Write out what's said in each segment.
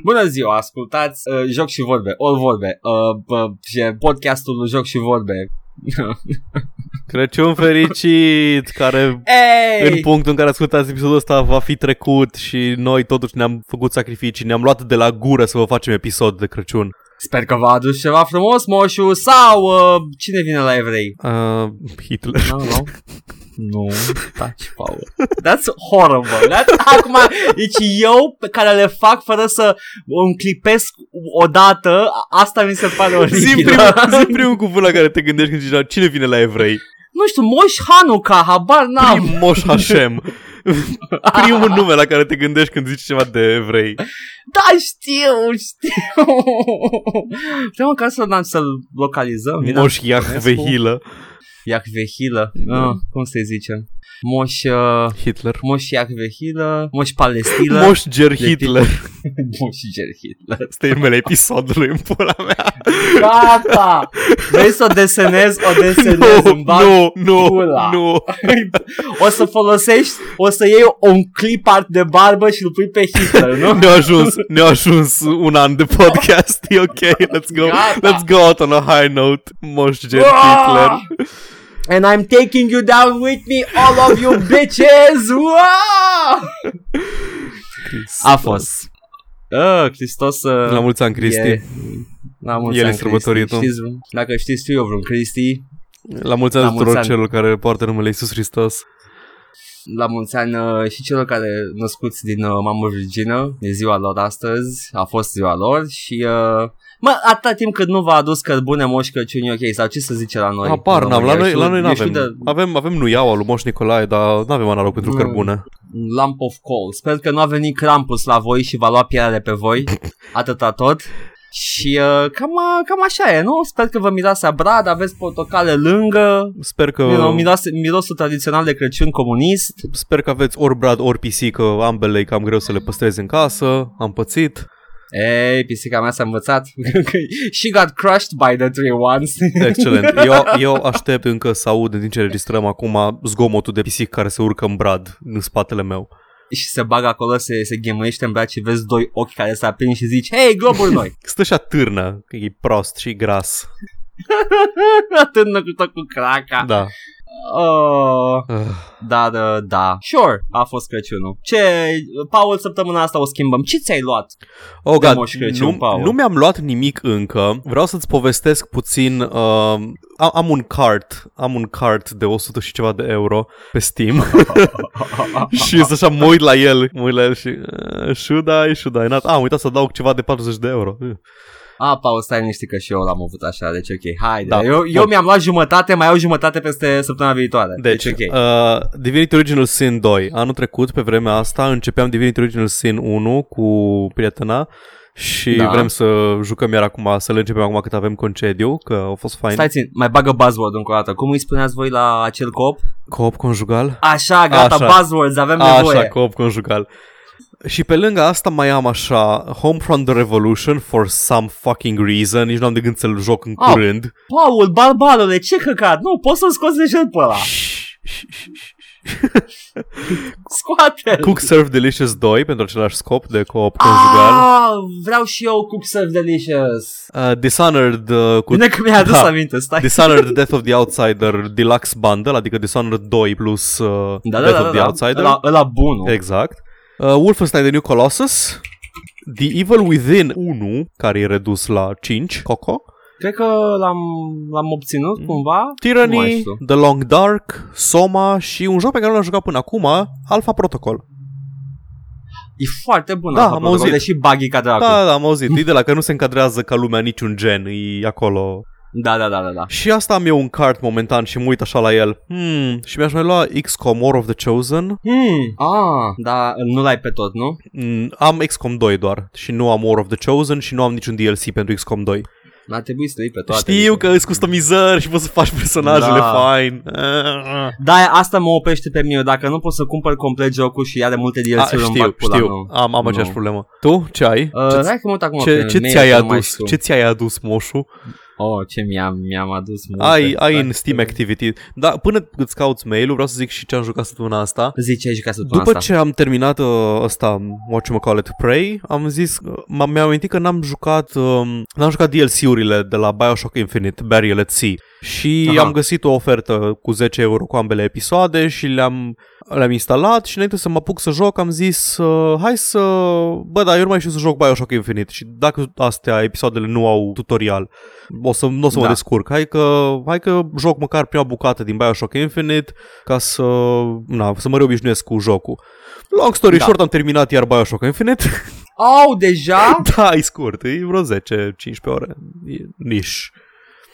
Bună ziua, ascultați uh, Joc și Vorbe, ori vorbe, uh, uh, e podcastul lui Joc și Vorbe. Crăciun fericit, care Ei! în punctul în care ascultați episodul ăsta va fi trecut și noi totuși ne-am făcut sacrificii, ne-am luat de la gură să vă facem episod de Crăciun. Sper că v-a adus ceva frumos, moșu, sau uh, cine vine la evrei? Uh, Hitler. Nu, nu. Nu, taci, Paul. That's horrible. That's... Acum, deci eu pe care le fac fără să îmi clipesc odată, asta mi se pare Zi oribil. primul, zi primul cuvânt la care te gândești când zici, "Da, cine vine la evrei? Nu știu, Moș Hanuca, habar n-am. Prim Moș Hashem. Primul nume la care te gândești când zici ceva de evrei. Da, știu, știu. Vreau măcar să da, să-l localizăm. Era- Moș Yahvehilă. Iacvehilă, Da. ah, cum se zice? Moș, uh, Hitler. moș Iacvehilă, moș Palestilă, moș, Moș Ger Hitler. moș Gerhilă. Asta e numele episodului în pula mea. Gata! Vrei să o desenez? O desenez, Nu, îmi bag nu, nu, pula. nu. O să folosești, o să iei un clip art de barbă și îl pui pe Hitler, nu? Ne-a ajuns, ne-a ajuns un an de podcast, e ok, let's go, Gata. let's go out on a high note, Moș Ger Ah! Hitler. And I'm taking you down with me, all of you bitches! Wow! A fost. Ah, Hristos... Uh... La mulți ani, Cristi. E- La mulți El ani, e sărbătorit, Cristi. Știți, dacă știți tu eu vreun Cristi, La mulți ani La mulți tuturor ani. celor care poartă numele Iisus Hristos. la mulți ani uh, și celor care născuți din uh, mamă virgină, e ziua lor astăzi, a fost ziua lor și... Uh, mă, atâta timp cât nu v-a adus cărbune Moș Crăciun, e ok, sau ce să zice la noi? Apar în n-am, la România? noi, Eu la știu- noi eu știu n-avem. de Avem, avem nuiaua lui Moș Nicolae, dar n-avem analog pentru Nu. cărbune. Lump of coal. Sper că nu a venit Krampus la voi și va lua pielea de pe voi, atâta tot. Și uh, cam, uh, cam așa e, nu? Sper că vă miroase a brad, aveți portocale lângă, Sper You know, că, miroase, mirosul tradițional de Crăciun comunist. sper că aveți ori brad, ori pisică, ambele e cam greu să le păstrezi în casă, am pățit. Ei, pisica mea s-a învățat. She got crushed by the three ones. Excelent. Eu, eu aștept încă să aud în timp ce registrăm acum zgomotul de pisic care se urcă în brad în spatele meu. și se bagă acolo, se, se ghemuiește în braț și vezi doi ochi care se aprind și zici, hei, globul noi! Stă și atârnă, că e prost și gras. Atârnă cu tot cu craca. Da. Oh, Ah, dar, uh, da. Sure, a fost Crăciunul. Ce, Paul, săptămâna asta o schimbăm. Ce ți-ai luat? Oh, De God, Moș Crăciun, nu, Paul. nu mi-am luat nimic încă. Vreau să-ți povestesc puțin. Uh, am, am un cart. Am un cart de 100 și ceva de euro pe Steam. și este așa, mă uit la el. Mă uit la el și... Uh, should I? Should I not? Ah, am uitat să dau ceva de 40 de euro. Uh. A, Paul, stai liniște că și eu l-am avut așa, deci ok, haide. Da. Eu, eu Bun. mi-am luat jumătate, mai au jumătate peste săptămâna viitoare. Deci, deci ok. uh, Divinity Original Sin 2. Anul trecut, pe vremea asta, începeam Divinity Original Sin 1 cu prietena și Da. da. vrem să jucăm iar acum, să le începem acum cât avem concediu, că a fost fain. Stai țin, mai bagă buzzword încă o dată. Cum îi spuneați voi la acel cop? Co-op conjugal? Așa, gata, Așa. buzzwords, avem nevoie. Așa, co-op conjugal. Și pe lângă asta mai am așa Homefront The Revolution for some fucking reason, nici nu am de gând să-l joc în Ah. curând. Paul, barbalule, ce căcat, nu, poți să-l scoți de jel pe ăla. Scoate-l. Cook Serve Delicious 2 pentru același scop de co-op conjugal. Ah, vreau și eu Cook Serve Delicious. Uh, Dishonored uh, cu Bine că mi-a adus Da. aminte, stai. Dishonored The Death of the Outsider Deluxe Bundle, adică Dishonored 2 plus uh, Da, da, Death da, of da, the da. Outsider. Ăla, ăla bunul. Exact. Uh, Wolfenstein The New Colossus. The Evil Within 1, care e redus la 5, Coco. Cred că l-am, l-am Mm. obținut cumva. Nu mai Tyranny, știu. The Long Dark, Soma și un joc pe care nu l-am jucat până acum, Alpha Protocol. E foarte bun. Da, asta, am protocol, auzit. Deși buggy ca dracu. Da, da, am auzit. E de la că nu se încadrează ca lumea niciun gen, e acolo Da, da, da, da, da. Și asta am eu un card momentan și mă uit așa la el. Hmm, și mi-aș mai lua XCOM War of the Chosen. Hmm. Ah, da, nu l-ai pe tot, nu? Mm, am XCOM 2 doar și nu am War of the Chosen și nu am niciun DLC pentru XCOM 2. N-a trebuit să iei pe toate. adică. Știu că îți customizări și poți să faci personajele Da. fine. Da, asta mă oprește pe mine. Dacă nu pot să cumpăr complet jocul și are multe A, DLC-uri, îmi bag Ah, știu, pula, știu. nu. Am, am Nu. aceeași problemă. Tu ce ai? Uh, Ce-ți- hai că mă uit acum ce, pe ce mail, ți-ai că nu mai adus? știu. Ce ți-ai adus, moșu? Oh, ce mi-am, mi-am adus multe. Ai, ai în Steam Activity. Dar până îți cauți mail-ul, vreau să zic și ce am jucat săptămâna asta. Zici aici ca să După ce am terminat uh, ăsta, whatchamacallit, Prey, am zis, uh, m-am, mi-am amintit că n-am jucat, um, n-am jucat DLC-urile de la Bioshock Infinite, Burial at Sea. Și Aha. Aha. am găsit o ofertă cu 10 euro cu ambele episoade și le-am, le-am instalat și înainte să mă apuc să joc am zis uh, hai să... Bă, dar eu nu mai știu să joc Bioshock Infinite și dacă astea episoadele nu au tutorial, o să, nu o să Da. da. mă descurc. Hai că, hai că joc măcar prima bucată din Bioshock Infinite ca să, na, să mă reobișnuiesc cu jocul. Long story Da. da. short, am terminat iar Bioshock Infinite. Au, deja? da, e scurt, e vreo 10-15 ore. E niș.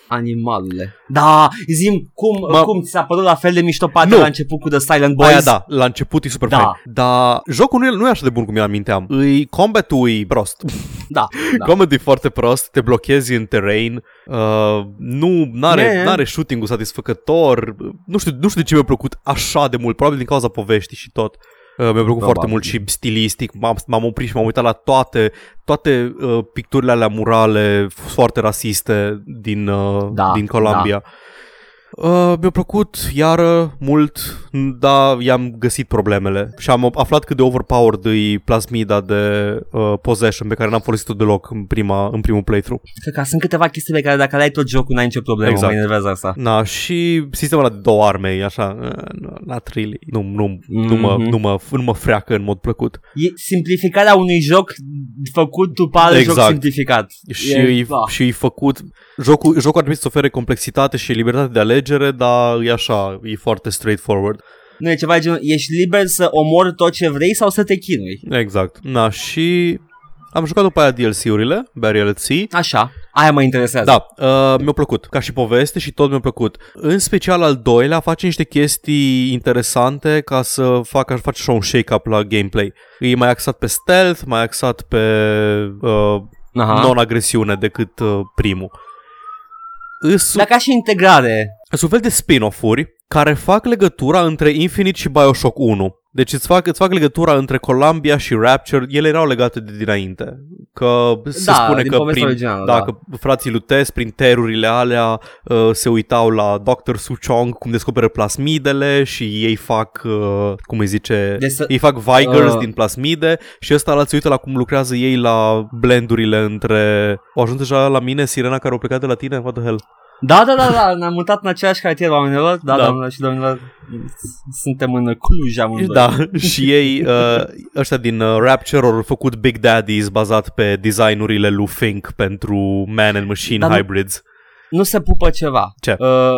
Animalele. Da, zim, cum, Mă- cum ți s-a părut la fel de mișto partea Nu. la început cu The Silent Boys? Boys. Aia da, la început e super Da. da. fain. Dar jocul nu e, nu e așa de bun cum mi-l aminteam. Îi, combatul e prost. Da, da. Da. Comedy e foarte prost, te blochezi în terrain, uh, nu Man. are are shooting-ul satisfăcător. Nu știu, nu știu de ce mi-a plăcut așa de mult, probabil din cauza poveștii și tot. Uh, mi-a plăcut Probabil. foarte mult și stilistic, m-am, m-am oprit și m-am uitat la toate, toate uh, picturile alea murale foarte rasiste din, uh, Da, din Columbia. Uh, mi-a plăcut iară mult, dar i-am găsit problemele și am aflat cât de overpowered e plasmida de uh, possession pe care n-am folosit-o deloc în, prima, în primul playthrough. Cred că sunt câteva chestii pe care dacă le ai tot jocul n-ai nicio problemă, exact. Exact. mă enervează asta. Na, și sistemul ăla de două arme e așa, uh, nu- not really, nu, nu, nu, mă, Mhm. nu, mă, nu mă freacă în mod plăcut. E simplificarea unui joc făcut după alt exact. joc Exact. simplificat. Și e, da. și e făcut, jocul, jocul ar trebui să ofere complexitate și libertate de alegere, dar e așa, e foarte straightforward. Nu e ceva de genul, ești liber să omori tot ce vrei sau să te chinui. Exact. Na, și am jucat după aia DLC-urile, Burial at Sea, Așa, aia mă interesează. Da, uh, mi-a plăcut, ca și poveste și tot mi-a plăcut. În special al doilea face niște chestii interesante ca să facă, aș face așa un shake-up la gameplay. E mai axat pe stealth, mai axat pe uh, Aha. non-agresiune decât uh, primul. Îs Dar ca și integrare. sunt un fel de spin-off-uri care fac legătura între Infinite și Bioshock 1. Deci îți fac, îți fac legătura între Columbia și Rapture, ele erau legate de dinainte. Că se Da, spune din că povestea prin, originală, da. dacă frații Lutes, prin terurile alea, uh, se uitau la Dr. Su Chong cum descoperă plasmidele și ei fac, uh, cum îi zice, Deci să- ei fac Vigers Uh. din plasmide și ăsta la se uită la cum lucrează ei la blendurile între... O ajuns deja la mine sirena care a plecat de la tine? What the hell? Da, da, da, da, ne-am mutat în aceeași cartier, oamenilor. Da, da. Da. doamnelor și domnilor, suntem în Cluj amândoi. Da, și ei, uh, ăștia din uh, Rapture, au făcut Big Daddies bazat pe designurile lui Fink pentru Man and Machine Dar nu- Hybrids. Nu se pupă ceva. Ce? Uh,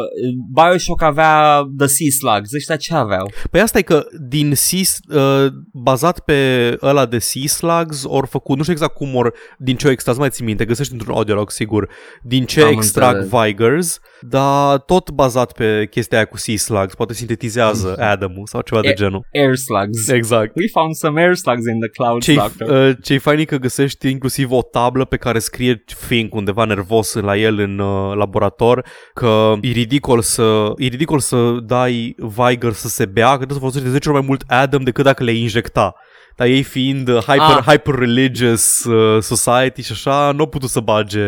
Bioshock avea The Sea Slugs, ăștia ce aveau? Păi asta e că din Seas, uh, bazat pe ăla de Sea Slugs, ori făcut, nu știu exact cum or, din ce o extras, mai ții minte, găsești într-un audiolog, sigur, din ce Am Am extrag înțeles. înțeleg. Vigers, dar tot bazat pe chestia aia cu Sea Slugs, poate sintetizează Adam-ul sau ceva E- de genul. Air Slugs. Exact. We found some air slugs in the clouds, Ce-i, doctor. uh, ce-i fain e că găsești inclusiv o tablă pe care scrie Fink undeva nervos la el în uh, laborator că e ridicol să, e ridicol să dai Viger să se bea, că trebuie să folosești de 10 ori mai mult Adam decât dacă le injecta. Dar ei fiind uh, hyper, Ah. ah. hyper-religious uh, society și așa, nu au putut să bage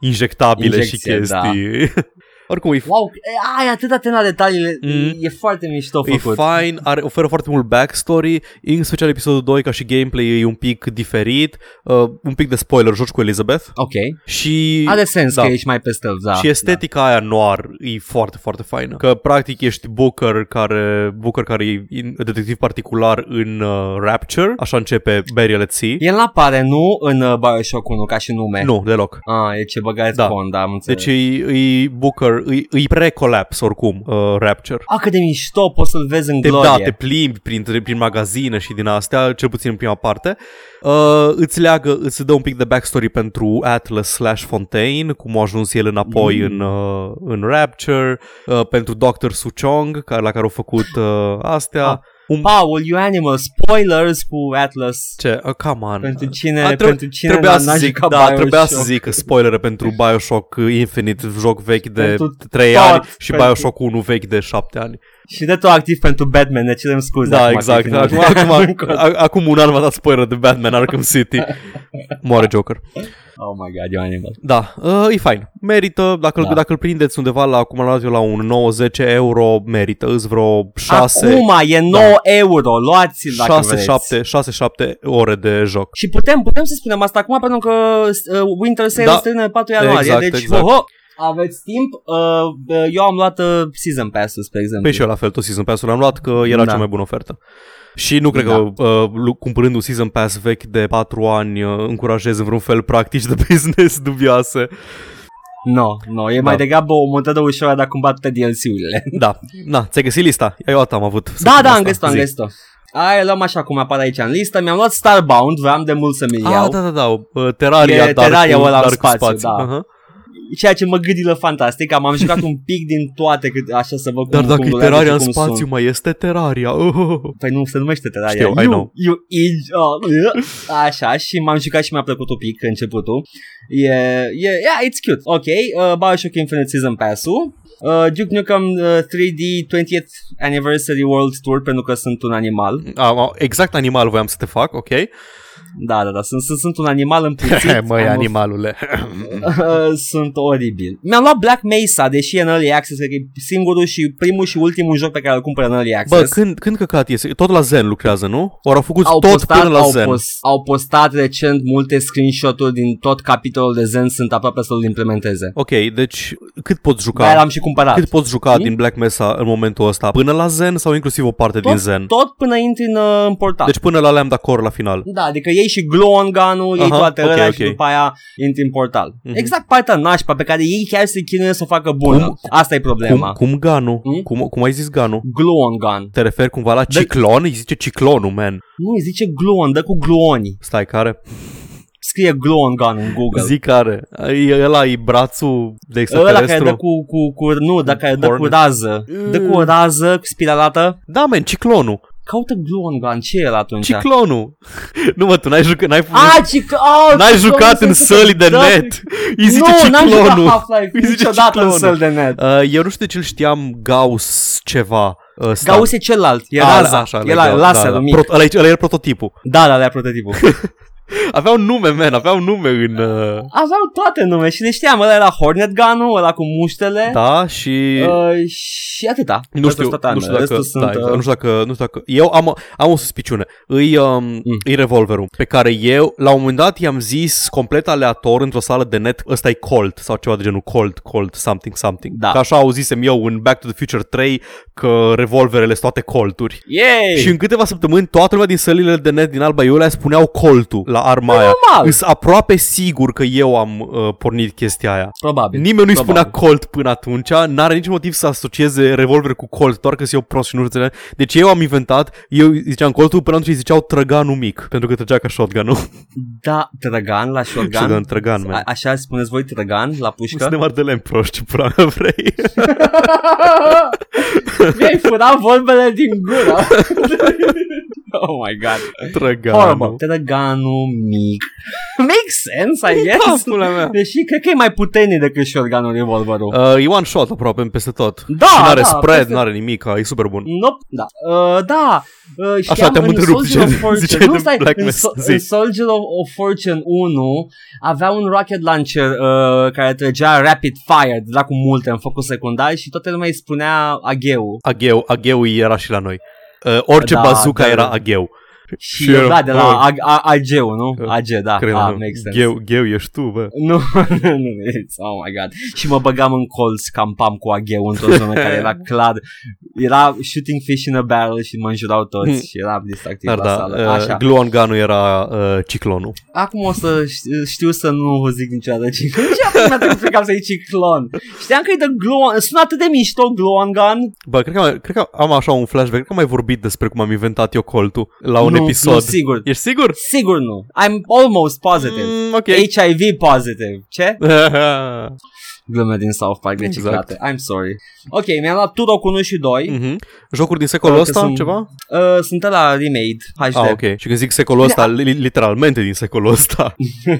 injectabile Injecție, și chestii. Da. Oricum, e Wow, e- ai atât atent la detaliile, Mm. e foarte mișto E făcut. fain, are, oferă foarte mult backstory, în special episodul 2 ca și gameplay e un pic diferit, uh, un pic de spoiler, joci cu Elizabeth ok, și... are sens da. da. că ești mai pe stealth, da. și estetica da. aia noir e foarte, foarte faină. Că practic ești Booker care, Booker care e in- detectiv particular în uh, Rapture, așa începe Burial at Sea. Da. El apare, nu, în uh, Bioshock 1, ca și nume. Nu, deloc. Ah, e ce băgați da. Da. con, da, am înțeles. Deci e, e Booker, e, e pre-collapse oricum, uh, Rapture. Ah, cât de mișto poți să-l vezi în te, glorie. da, te plimbi prin, prin magazine și din astea, cel puțin în prima parte. Uh, îți leagă, îți dă un pic de backstory pentru Atlas slash Fontaine, cum a ajuns el înapoi Mm. mm. în, uh, în Rapture, uh, pentru Dr. Suchong, care, la care au făcut uh, astea. Ah. Ah. Paul, you animal, spoilers cu Atlas. Ce? Uh, come on. Pentru cine, A, treb- pentru cine Trebuia n-a să n-a zic, jucat da, trebuia Bioshock? să zic spoilere pentru Bioshock Infinite, joc vechi de Pentru 3 tot, ani și pentru- Bioshock 1 vechi de 7 ani. Și retroactiv pentru Batman, ne cerem scuze. Da, acum, exact. că e Acum, final. acum, a- acum un an v-a dat spoiler de Batman Arkham City. Moare Joker. Oh my god, eu am animat. Da, uh, e fain. Merită, dacă, Da. da. dacă îl prindeți undeva la, cum am luat eu, la un 90 euro, merită. Îți vreo 6, Acum e 9 da. euro, luați-l dacă 6, vreți. 7, 6, 7 ore de joc. Și putem, putem să spunem asta acum pentru că uh, Winter Sale da. Da. strână 4 ianuarie, Exact, deci exact. ho, ho, aveți timp. Uh, eu am luat uh, Season Pass-ul, spre exemplu. Pe Păi și eu la fel tot Season Pass-ul l-am luat că era Da. da. cea mai bună ofertă. Și nu cred da. că uh, lu- cumpărând un Season Pass vechi de 4 ani uh, încurajez în vreun fel practici de business dubioase. No, no, e da. mai degrabă o montadă ușoară de a combate DLC-urile. Da, na, ți-ai găsit lista? Eu am avut. Da, da, am Asta, găsit-o, am zi. găsit-o. Aia luăm așa cum apare aici în listă. Mi-am luat Starbound, vreau de mult să-mi iau. Ah, da, da, da, uh, Terraria, E dar Terraria cu, ăla în dar cu spațiu, spațiu. da. Aha. Ceea ce mă gâdilă fantastic, am, am jucat un pic din toate, cât, așa să văd Dar cum, dacă cum e durează Terraria și în cum spațiu, sunt. mai este Terraria. Oh, oh, oh. Păi nu se numește Terraria. Știu, I you, know. you id- oh, uh, așa, și m-am jucat și mi-a plăcut un pic începutul. E, e, yeah, it's cute. Ok, uh, Bioshock Infinite Season Pass-ul. Uh, Duke Nukem uh, 3D 20th Anniversary World Tour pentru că sunt un animal. Am- am- exact animal voiam să te fac, ok? Da, da, da, sunt, sunt, sunt un animal împuțit. Măi, Am o- animalule. sunt oribil. Mi-am luat Black Mesa, deși e în Early Access, cred că e singurul și primul și ultimul joc pe care îl cumpăr în Early Bă, Access. când, când căcat iese? Tot la Zen lucrează, nu? Ori au făcut au tot postat, până la au, Zen. Post, au postat recent multe screenshot-uri din tot capitolul de Zen, sunt aproape să-l implementeze. Ok, deci cât poți Ca. Dar juca? l-am și cumpărat. Cât poți juca Știi? din Black Mesa în momentul ăsta? Până la Zen sau inclusiv o parte din Zen? Tot până intri în, uh, în portal. Deci până la Lambda Core la final. da, adică iei și glow on gun-ul, iei Aha, toate ok, okay, ok. și după aia intri în portal. Mhm. Exact partea nașpa pe care ei chiar se chinuie să o facă bună. Cum- Asta e problema. Cum, cum Ganu? Hmm? Cum, cum ai zis Ganu? Glow on gun. Te referi cumva la ciclon? Îi zice ciclonul, man. Nu, îi zice glow on, dă cu gluoni. Stai, care? Scrie glow on gun în Google. Zic care. E, ăla e brațul de Ăla care dă extraterestru. cu, cu, cu nu, dar care dă cu Hornet. rază. Dă Mm. cu o rază, cu spiralată. Da, man, ciclonul. Caută Gluon Gun, ce era atunci? Ciclonul. nu mă, tu n-ai jucat, n-ai, A, Cic... Oh, n-ai Ciclonul jucat în se- săli de Da. net. Îi zice nu, n-am ciclonul. jucat Half-Life Îi zice niciodată în Ciclonul. săl de net. Uh, eu nu știu de ce îl știam Gauss ceva. Uh, Stan. Gauss e celălalt, e Ah, raza, așa, e la legal, laserul da, mic. Pro- ăla, e- ăla era prototipul. Da, da, le-a prototipul. Aveau nume, man, aveau nume în... Uh, Aveau toate nume și le știam, ăla era Hornet Gun-ul, ăla cu muștele. da, și... Uh, și atâta. nu Restul știu, sunt toate nu știu arme. dacă, da, Restul sunt, exact, uh, nu știu dacă, nu știu dacă, eu am, am o suspiciune, îi, um, Mm. îi revolverul pe care eu, la un moment dat, i-am zis complet aleator într-o sală de net, ăsta e Colt sau ceva de genul Colt, Colt, something, something, Da. că așa auzisem eu în Back to the Future 3 că revolverele sunt toate Colturi. Yay! Și în câteva săptămâni toată lumea din sălile de net din Alba Iulia spuneau coltul la arma aia. normal. Îs aproape sigur că eu am uh, pornit chestia aia. Probabil. Deci, Nimeni nu-i probabil. spunea Colt până atunci, n-are niciun motiv să asocieze revolver cu Colt, doar că sunt eu prost și nu înțeleg. Deci eu am inventat, eu ziceam Coltul, până atunci îi ziceau trăganul mic, pentru că trăgea ca shotgun-ul. Da, trăgan la shotgun. Shotgun, trăgan, man. A- așa spuneți voi trăgan la Să ne pușcă? mardelem proști, ce pula mea vrei. Mi-ai furat vorbele din gură. oh my god. Horrible. Trăganul. Trăganul mic. Makes sense, I Da, guess. pula mea. Deși cred că e mai puternic decât shotgunul revolverul. Uh, e one shot aproape peste tot. Da, și n-are da, spread, peste- n-are nimic, e super bun. Nope, da. Uh, da. Uh, știam te-am în întrerupt, Soldier of ziceai- Fortune. ziceai Nu, de stai, Black în, Mesa, so- zi. în Soldier of, of Fortune 1 avea un rocket launcher uh, care trăgea rapid fire, de la cu multe în focul secundar și toată lumea îi spunea agheu. Agheu, Agheu era și la noi. Uh, orice Da, da, bazuca da. era Agheu. Și, Și eu, da, de la bă. ag- a- ageu, nu? AG, da. Cred, ah, ah, makes sense. Gheu, Gheu ești tu, bă. Nu, nu, nu, it's- oh my god. Și mă băgam în colț, campam cu agheu într-o zonă care era clar. Era shooting fish in a barrel și mă înjurau toți și era distractiv Dar la da, sală. uh, Așa. Gluon Ganu era uh, ciclonul. Acum o să ș- știu să nu zic niciodată ciclon. Ce acum trebuie plecam să zic ciclon? Știam că e de gluon. Sună atât de mișto gluon gun. Bă, cred că, am, cred că am așa un flashback, cred că am mai vorbit despre cum am inventat eu coltul la un nu, episod. Nu, sigur. Ești sigur? Sigur nu. I'm almost positive. Mm, ok. HIV positive. Ce? glume din South Park Exact. reciclate. I'm sorry. Ok, mi-am luat Turok 1 și 2. Mhm. Jocuri din secolul Cred că ăsta, sunt- ceva? Uh, sunt la remade HD. Ah, ok. Și când zic secolul ăsta, li- literalmente din secolul ăsta. uh,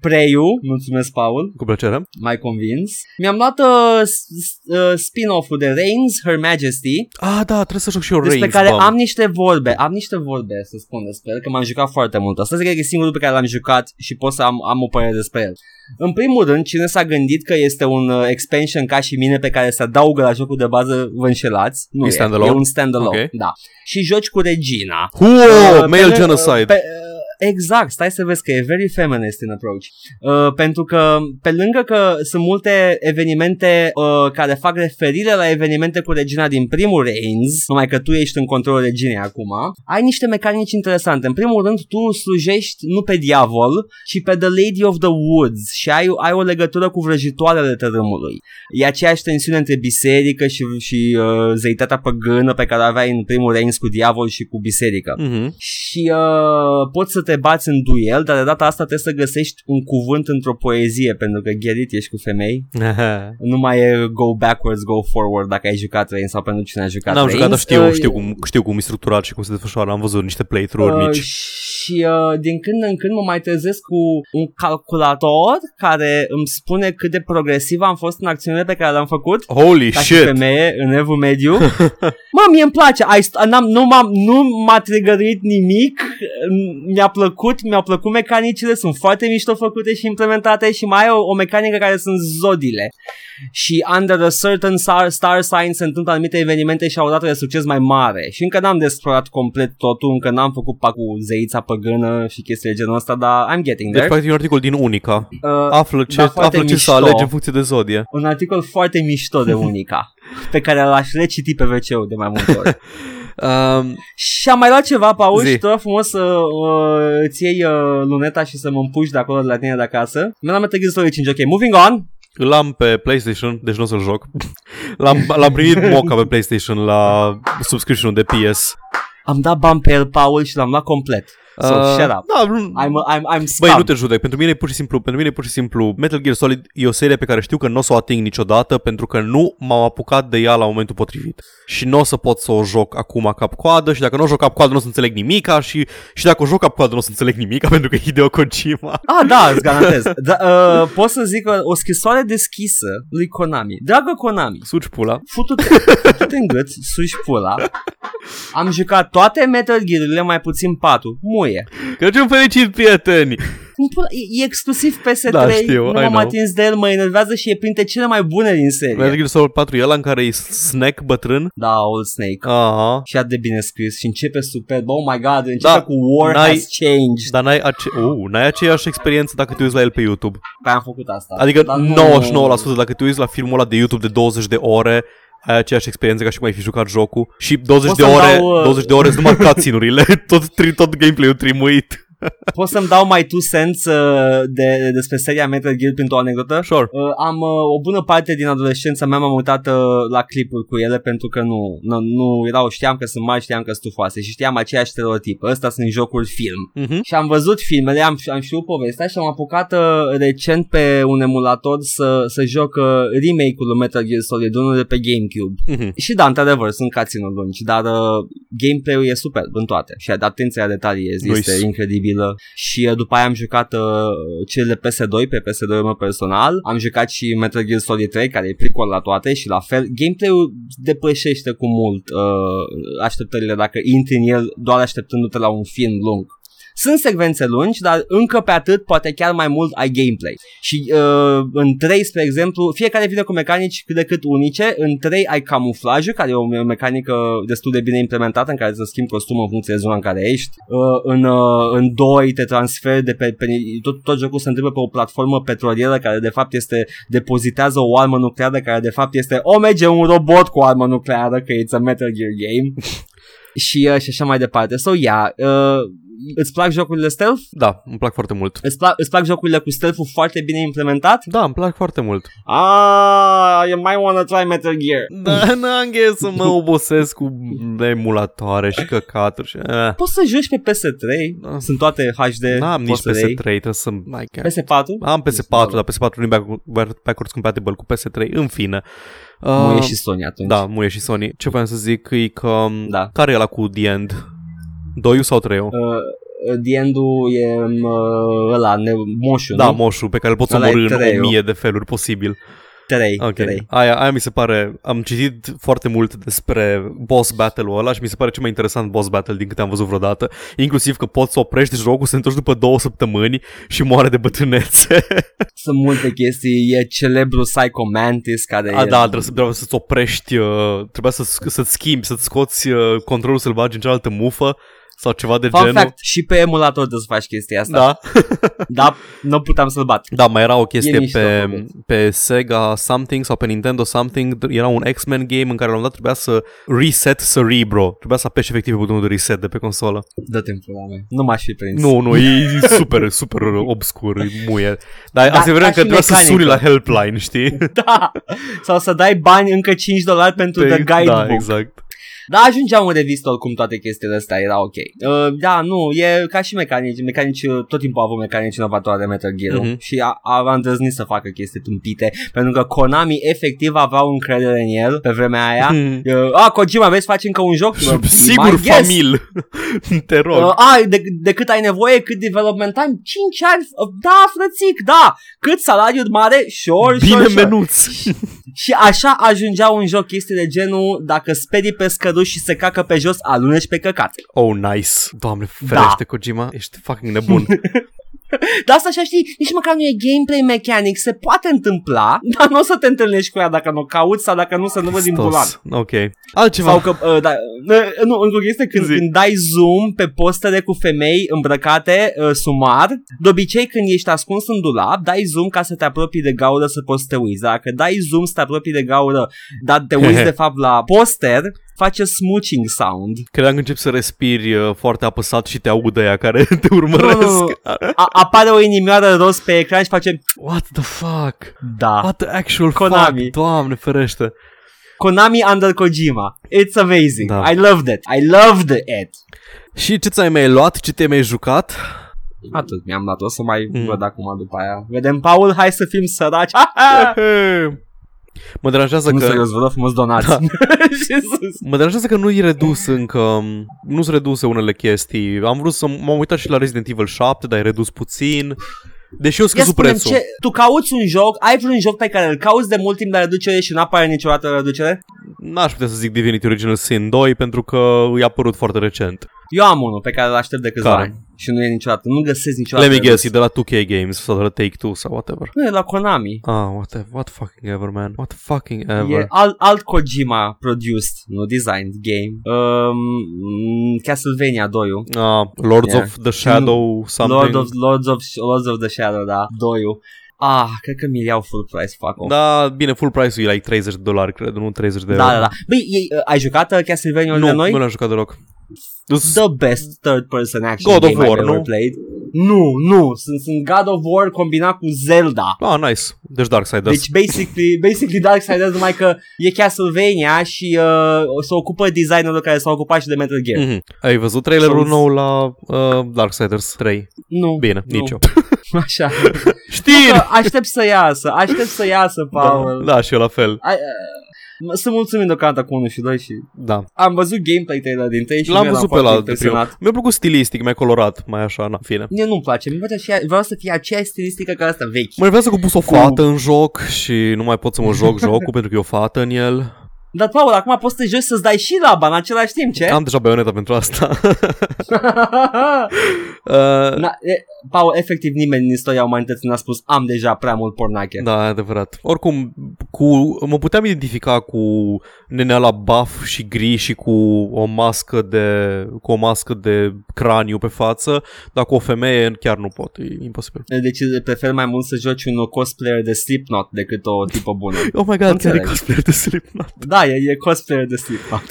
Preyu, mulțumesc Paul, Cu plăcere. mai convins. Mi-am luat uh, s- s- uh, spin-off-ul de Reigns, Her Majesty, Ah, da, trebuie să joc și eu despre Reigns, care bam. am niște vorbe, am niște vorbe să spun despre el, că m-am jucat foarte mult. Asta cred că e singurul pe care l-am jucat și pot să am, am o părere despre el. În primul rând, cine s-a gândit că este un uh, expansion ca și mine pe care se adaugă la jocul de bază, vă înșelați. Nu E e, standalone? e un standalone, Ok. da. Și joci cu Regina. Huo, Uh, male pe- genocide. Pe, uh, exact, stai să vezi că e very feminist in approach. Uh, pentru că pe lângă că sunt multe evenimente uh, care fac referire la evenimente cu regina din primul Reigns, numai că tu ești în controlul reginei acum, ai niște mecanici interesante. În primul rând, tu slujești nu pe diavol, ci pe The Lady of the Woods și ai, ai o legătură cu vrăjitoarele tărâmului. E aceeași tensiune între biserică și, și uh, zeitatea păgână pe care o aveai în primul Reigns cu diavol și cu biserică Mhm. și uh, poți să te bați în duel, dar de data asta trebuie să găsești un cuvânt într-o poezie, pentru că gherit ești cu femei. Nu mai e go backwards, go forward dacă ai jucat Reigns sau pentru cine a jucat N-am jucat, dar Reigns. știu, Uh, știu cum, știu cum e structurat și cum se desfășoară. Am văzut niște playthrough-uri mici. și uh, din când în când mă mai trezesc cu un calculator care îmi spune cât de progresiv am fost în acțiunile pe care le-am făcut. Holy Ca și shit! femeie în evul mediu Mă, mie îmi place Ai, st- n-am, nu, m-am, nu m-a trigărit nimic M- Mi-a plăcut Mi-au plăcut mecanicile Sunt foarte mișto făcute și implementate Și mai e o, o mecanică care sunt zodile Și under a certain star, star sign Se întâmplă anumite evenimente Și au dat de succes mai mare Și încă n-am desfărat complet totul Încă n-am făcut pac cu zeița păgână Și chestii de genul ăsta Dar I'm getting Deci, there practic, e un articol din Unica. uh, Află ce, da, foarte află ce să mișto. alegi în funcție de zodie. un articol foarte mișto de Unica, pe care l-aș reciti pe wc de mai multe ori. Um, și am mai luat ceva, Paul, Zi. și te rog frumos să uh, îți iei uh, luneta și să mă împuși de acolo de la tine de acasă. Mi l-am Metal Gear Solid 5, ok, moving on. îl am pe PlayStation, deci nu o să-l joc. L-am, l-am primit moca pe PlayStation la subscription de PS. Am dat bani pe el, Paul, și l-am luat complet. So, shut up. Da. Da, nu- I'm, I'm, I'm Băi, scam. nu te judec, pentru mine e pur și simplu, pentru mine e pur și simplu Metal Gear Solid e o serie pe care știu că nu o să o ating niciodată pentru că nu m-am apucat de ea la momentul potrivit. Și nu o să pot să o joc acum cap-coadă și dacă nu o joc cap-coadă nu o să înțeleg nimica și, și dacă o joc cap-coadă nu o să înțeleg nimica pentru că e Hideo Kojima. Ah, da, îți garantez. Da, uh, pot să zic o, o scrisoare deschisă lui Konami. Dragă Konami, Suci pula. futu-te, futu-te în gât, suși pula. Am jucat toate Metal Gear-urile, mai puțin 4. Muie. Crăciun fericit, prieteni! Cum pula, e, e exclusiv PS3, Da, știu, nu I m-am know. atins de el, mă enervează și e printre cele mai bune din serie. Metal Gear Solid 4 e ăla în care e snack bătrân? Da, Old Snake. Aha. Și atât de bine scris și începe superb. Oh my god, începe Da, cu War n-ai- has changed. Dar n-ai, ace- uh, n-ai aceeași experiență dacă te uiți la el pe YouTube. Păi am făcut asta. Adică Dar 99% dacă te uiți la filmul ăla de YouTube de 20 de ore, ai aceeași experiență ca și cum ai fi jucat jocul și 20 Poți de să-mi ore, dau, uh, 20 de ore sunt numai cutscene-urile, tot, tri, tot gameplay-ul trimuit. Pot să-mi dau mai two cents uh, de, despre seria Metal Gear printr-o anecdotă? Sure. Uh, am uh, o bună parte din adolescența mea m-am uitat uh, la clipuri cu ele pentru că nu, nu, nu erau, știam că sunt mari, știam că sunt tufoase și știam aceeași stereotip. Ăsta sunt jocuri film. Mhm. Și am văzut filmele, am, am știut povestea și am apucat uh, recent pe un emulator să, să joc uh, remake-ul lui Metal Gear Solid 1 de pe Gamecube. Mhm. Și da, într-adevăr, sunt caținul lungi, dar uh, gameplay-ul e superb în toate și atenția la detalii este Nice. nice. incredibilă și uh, după aia am jucat uh, cele PS2 pe PS2 meu personal, am jucat și Metal Gear Solid 3 care e prequel la toate și la fel, gameplay-ul depășește cu mult uh, așteptările dacă intri în el doar așteptându-te la un film lung. Sunt secvențe lungi, dar încă pe atât, poate chiar mai mult, ai gameplay. Și uh, în 3, spre exemplu, fiecare vine cu mecanici cât de cât unice. În 3 ai camuflajul, care e o me- mecanică destul de bine implementată, în care să schimbi costumul în funcție de zona în care ești. Uh, în, uh, în 2 te transferi de pe, pe tot, tot jocul se întâmplă pe o platformă petrolieră care de fapt este depozitează o armă nucleară care de fapt este OMG, un robot cu armă nucleară, că it's a Metal Gear game și, uh, și așa mai departe. So, yeah, uh, Îți plac jocurile stealth? Da, îmi plac foarte mult. Îți plac, îți plac jocurile cu stealth-ul foarte bine implementat? Da, îmi plac foarte mult. Ah, you might wanna try Metal Gear. Da, n-am ghe să mă obosesc cu emulatoare și căcaturi și... Eh. Poți să joci pe PS3, Da. sunt toate HD, N-am nici poți să le iei. PS3, trebuie să... Păi My God. PS4? Am PS4, dar PS4 nu e back- backwards compatible cu PS3, în fine. Uh, Uh, nu e și Sony atunci. Da, muie și Sony. Ce voiam să zic e că... um, Da. Care e la cu The End? 2 sau 3 -ul? Uh, the End-ul e uh, ăla, ne, moșul, Da, nu? moșul pe care îl poți Ăla e omorâ în treiul. o mie de feluri posibil. 3, Ok. 3. Aia, aia mi se pare... Am citit foarte mult despre boss battle-ul ăla și mi se pare cel mai interesant boss battle din câte am văzut vreodată. Inclusiv că poți să oprești jocul, să întorci după două săptămâni și moare de bătrânețe. Sunt multe chestii, e celebrul Psycho Mantis care A, e... da, trebuie, să, trebuie să-ți oprești, uh, trebuia să, să-ți schimbi, să-ți scoți uh, controlul să-l bagi în cealaltă mufă sau ceva de Fun genul. fact, și pe emulator trebuie să faci chestia asta. Da, Dar nu puteam să-l bat. da, mai era o E chestie mișto, pe, mă pe Sega something sau pe Nintendo something, era un X-Men game în care la un moment dat trebuia să reset cerebro, trebuia să apeși efectiv pe butonul de reset de pe consolă. Dă-te în pula mea. Nu m-aș fi prins. Nu, nu, e super, super obscur, e muie. Dar Da, da, asta e ca vremea și că trebuia să mecanică. suni la helpline, știi? Da. Sau să dai bani încă 5 dolari pentru The Guidebook. da, exact. Da, ajungeam în revistă oricum toate chestiile astea, era ok. Uh, da, nu, e ca și mecanici, mecanici uh, tot timpul au avut mecanici inovatoare de Metal Gear Mhm. uh-huh. și a- a îndrăznit să facă chestii tâmpite, pentru că Konami efectiv aveau încredere în el pe vremea aia. Mhm. Uh, a, Kojima, vezi, faci încă un joc? Bă, Sigur, my guess. famil. Te rog. Uh, a, de, de cât ai nevoie, cât development time? 5 ani? Uh, Da, frățic, da. Cât salariu mare? Sure, Bine sure, sure. menuț. Și așa ajungea un joc chestii de genul Dacă sperii pe scăduși și se cacă pe jos Aluneci pe căcat Oh, nice. Doamne, ferește, da. Kojima, ești fucking nebun. Dar asta așa știi Nici măcar nu e gameplay mechanic Se poate întâmpla Dar nu o să te întâlnești cu ea Dacă nu o cauți Sau dacă nu să nu vezi din bulan Cristos. Ok. Altceva. sau că, uh, da, uh, nu, încă o chestie, când, Zi. când dai zoom pe postele cu femei îmbrăcate uh, sumar, de obicei când ești ascuns în dulap, dai zoom ca să te apropii de gaură să poți să te uiți. Dacă dai zoom să te apropii de gaură, dar te uiți de fapt la poster, face smooching sound. Credeam că începi să respiri uh, foarte apăsat și te audă ea care te urmăresc. Nu, nu, A- apare o inimioară roz pe ecran și face What the fuck? da. What the actual Konami. fuck? Doamne, ferește. Konami under Kojima. It's amazing. Da. I loved it. I loved it. Și ce ți-ai mai luat? Ce te-ai mai jucat? Atât mi-am dat. O să mai Mm. văd acum după aia. Vedem, Paul, hai să fim săraci. mă deranjează Ah. Nu, că... serios, vă dau frumos donați. Da. Jesus. Mă deranjează că nu-i redus încă, nu sunt reduse unele chestii. Am vrut să m-am uitat și la Resident Evil 7, dar e redus puțin. Deși eu Ia scăzut spune prețul. ce, tu cauți un joc, ai vreun joc pe care îl cauți de mult timp la reducere și nu apare niciodată la reducere? N-aș putea să zic Divinity Original Sin 2 pentru că i-a apărut foarte recent. Eu am unul pe care îl aștept de câțiva Care? ani și nu e niciodată, nu găsesc niciodată. Let me guess, e redus. de la 2K Games sau de la Take-Two sau whatever. Nu, e la Konami. Ah, what, what fucking ever, man. What fucking ever. E alt, alt Kojima produced, nu designed game. Um, mm, Castlevania 2 -ul. Ah, Lords Yeah. of the Shadow something. Lord of, Lords, of, Lords of the Shadow, da, 2 -ul. Ah, cred că mi-l iau full price, fuck off. Da, bine, full price-ul e like 30 de dolari, cred, nu 30 de euro. da, da. da. Băi, ei, uh, ai jucat uh, Castlevania de Nu, noi? nu l-am jucat deloc. Deci, Dus- the best third person action God of game I've War, ever nu? played. Nu, nu, sunt, sunt God of War combinat cu Zelda. Ah, nice. Deci Darksiders. Deci basically, basically Darksiders numai că e Castlevania și uh, se ocupă designerul care s-a ocupat și de Metal Gear. Mm. Mhm. Ai văzut trailerul Shows. nou la uh, Darksiders 3? Nu. Bine, Nu. nicio. Așa. Că Știri! aștept să iasă, aștept să iasă, Da, Paul. da, și eu la fel. Ai, uh, sunt mulțumit deocamdată cu 1 și 2 și Da. am văzut gameplay trailer din 3 și nu L-am eram văzut pe foarte la de impresionat. primul. Mi-a plăcut stilistic, mai colorat, mai așa, na, în fine. Mie nu-mi place, mi place și vreau să fie aceeași stilistică ca asta vechi. Mă nervează că pus o fată în joc și nu mai pot să mă joc jocul pentru că e o fată în el. Dar, Paul, acum poți să te joci să-ți dai și laba în același timp, ce? Am deja baioneta pentru asta. uh, Na, e, Paul, efectiv nimeni în istoria umanității n-a spus am deja prea mult pornache. Da. da, e adevărat. Oricum, cu, mă puteam identifica cu nenea la buff și gri și cu o mască de, cu o mască de craniu pe față, dar cu o femeie chiar nu pot, e imposibil. Deci prefer mai mult să joci un cosplayer de Slipknot decât o tipă bună. Oh Nu my god, chiar e înțeleg. cosplayer de Slipknot. Da, da, e, e cosplayer de Slipknot.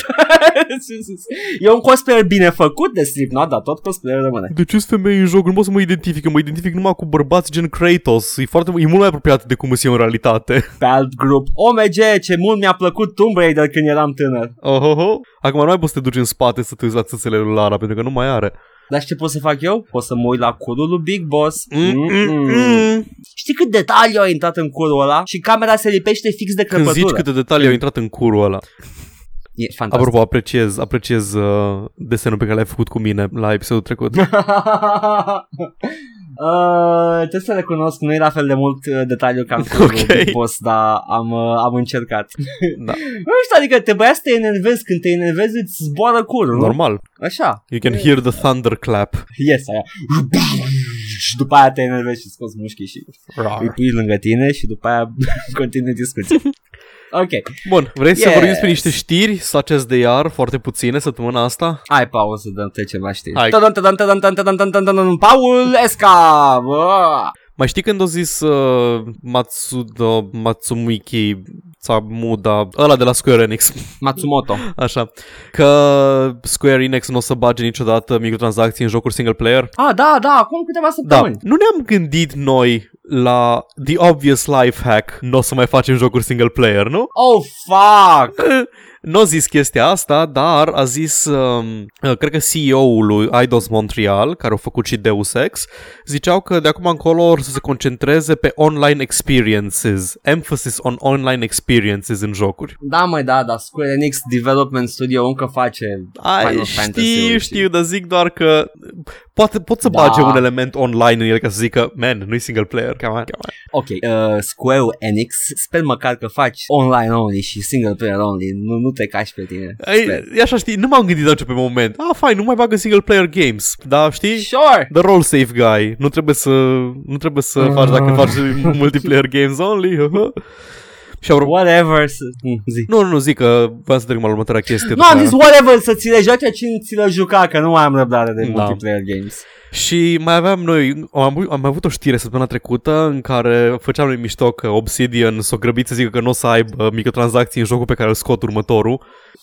e un cosplayer bine făcut de Slipknot, dar tot cosplayer rămâne. De ce sunt femei în joc? Nu pot să mă identific. Eu mă identific numai cu bărbați gen Kratos. E, foarte, e mult mai apropiat de cum sunt eu în realitate. Pe alt grup, OMG, ce mult mi-a plăcut Tomb Raider când eram tânăr. Oh, oh, oh. Acum nu mai poți să te duci în spate să te uiți la țâțele lui Lara, pentru că nu mai are. Dar știi ce pot să fac eu? Pot să mă uit la curul lui Big Boss. Mm, Mm-mm. Mm-mm. Știi cât detaliu a intrat în curul ăla? Și camera se lipește fix de Când zici crăpătură. câte detalii au intrat în curul ăla. E fantastic. Apropo, apreciez, apreciez uh, desenul pe care l-ai făcut cu mine la episodul trecut. Da. Uh, trebuie să recunosc, nu e la fel de mult uh, detaliu ca în curul Ok. Big Boss, dar am, uh, am încercat. Da. Nu știu, adică te băia să te enervezi, când te enervezi îți zboară curul, nu? Normal. Așa, You can hear the thunderclap. yes, aia. Și după aia te enervezi și scoți mușchii și îi Rar. pui lângă tine și după aia continui discuția. Ok, Bun, vrei să Yes. vorbim despre niște știri such de iar, foarte puține, săptămâna asta? hai Paul să dăm trecem la știri. Hai. Tadam, tadam, tadam, tadam, tadam, tadam, tadam, Paul uh, Esca! Bă! Mai știi când a zis uh, Matsudo, Matsumiki, Tsamuda, ăla de la Square Enix, Matsumoto. așa, că Square Enix nu o să bage niciodată microtransacții în jocuri single player? Ah, da, da, acum câteva Da, săptămâni. nu ne-am gândit noi la the obvious life hack, nu o să mai facem jocuri single player, nu? Oh, fuck! Nu a zis chestia asta, dar a zis, um, cred că CEO-ul lui Eidos Montreal, care au făcut și Deus Ex, ziceau că de acum încolo or să se concentreze pe online experiences, emphasis on online experiences în jocuri. Da, măi, da, dar Square Enix Development Studio încă face Ai, Final Fantasy-uri știu, și- știu, dar zic doar că poate, pot să Da. bage un element online în el ca să zică, man, nu-i single player, come on, come on. Ok, uh, Square Enix, sper măcar că faci online only și single player only, nu, nu te cași pe tine. Ei, Sper. e așa, știi, nu m-am gândit atunci pe moment. Ah, fain, nu mai bagă single player games. Dar știi, Sure! the role safe guy. Nu trebuie să nu trebuie Ah. să faci dacă faci multiplayer games only. Și au Whatever să... Mm, zi. nu, nu, nu, zic că vreau să trec mai la următoarea chestie. Nu după am aia. zis whatever să ți le joace cine ți le juca, că nu mai am răbdare de Da. multiplayer games. Și mai aveam noi, am, avut- am avut o știre săptămâna trecută în care făceam noi mișto că Obsidian s-o grăbit să zică că nu o să aibă microtransacții în jocul pe care îl scot următorul.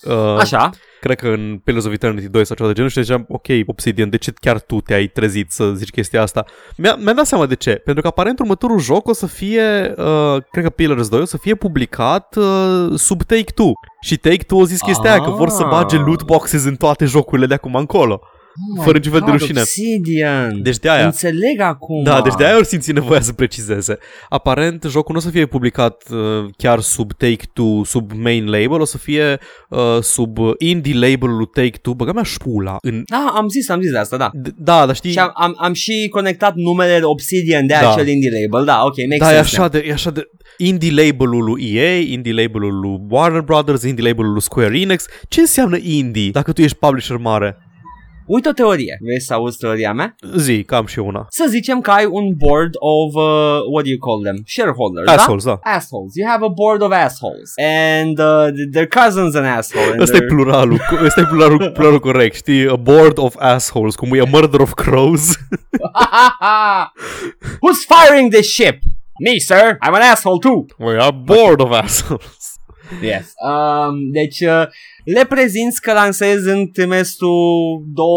Uh, Așa. Cred că în Pillars of Eternity 2 sau ceva de genul și ziceam, ok, Obsidian, de ce chiar tu te-ai trezit să zici chestia asta? Mi-a, mi-am dat seama de ce. Pentru că aparent următorul joc o să fie, uh, cred că Pillars 2 o să fie publicat uh, sub Take-Two. Și Take-Two a zis chestia aia, că vor să bage loot boxes în toate jocurile de acum încolo. Ah. Oh Fără my niciun fel de God, rușine. Obsidian. Deci de aia. Înțeleg acum. Da, deci de aia ori simți nevoia să precizeze. Aparent, jocul nu o să fie publicat uh, chiar sub Take-Two, sub main label, o să fie uh, sub indie label-ul lui Take-Two. Băga mea șpula în... Da, am zis, am zis de asta, da. D- Da, dar știi... Și am, am, am și conectat numele Obsidian de da. Da. acel indie label, da, ok, makes Da, e sense. așa, de, e așa de indie label-ul lui EA, indie label-ul lui Warner Brothers, indie label-ul lui Square Enix. Ce înseamnă indie dacă tu ești publisher mare? Uite o teorie. Vrei să auzi teoria mea? Zi, cam și eu una. Să zicem că ai un board of, uh, what do you call them? Shareholders, da? Assholes, da. Assholes. You have a board of assholes. And uh, their cousin's an asshole. And Ăsta e their- pluralul, co- ăsta e pluralul, pluralul corect, știi? A board of assholes, cum e a murder of crows. Who's firing this ship? Me, sir. I'm an asshole too. We are bored of assholes. Yes. Um, deci, uh, le prezinți că lansezi în trimestrul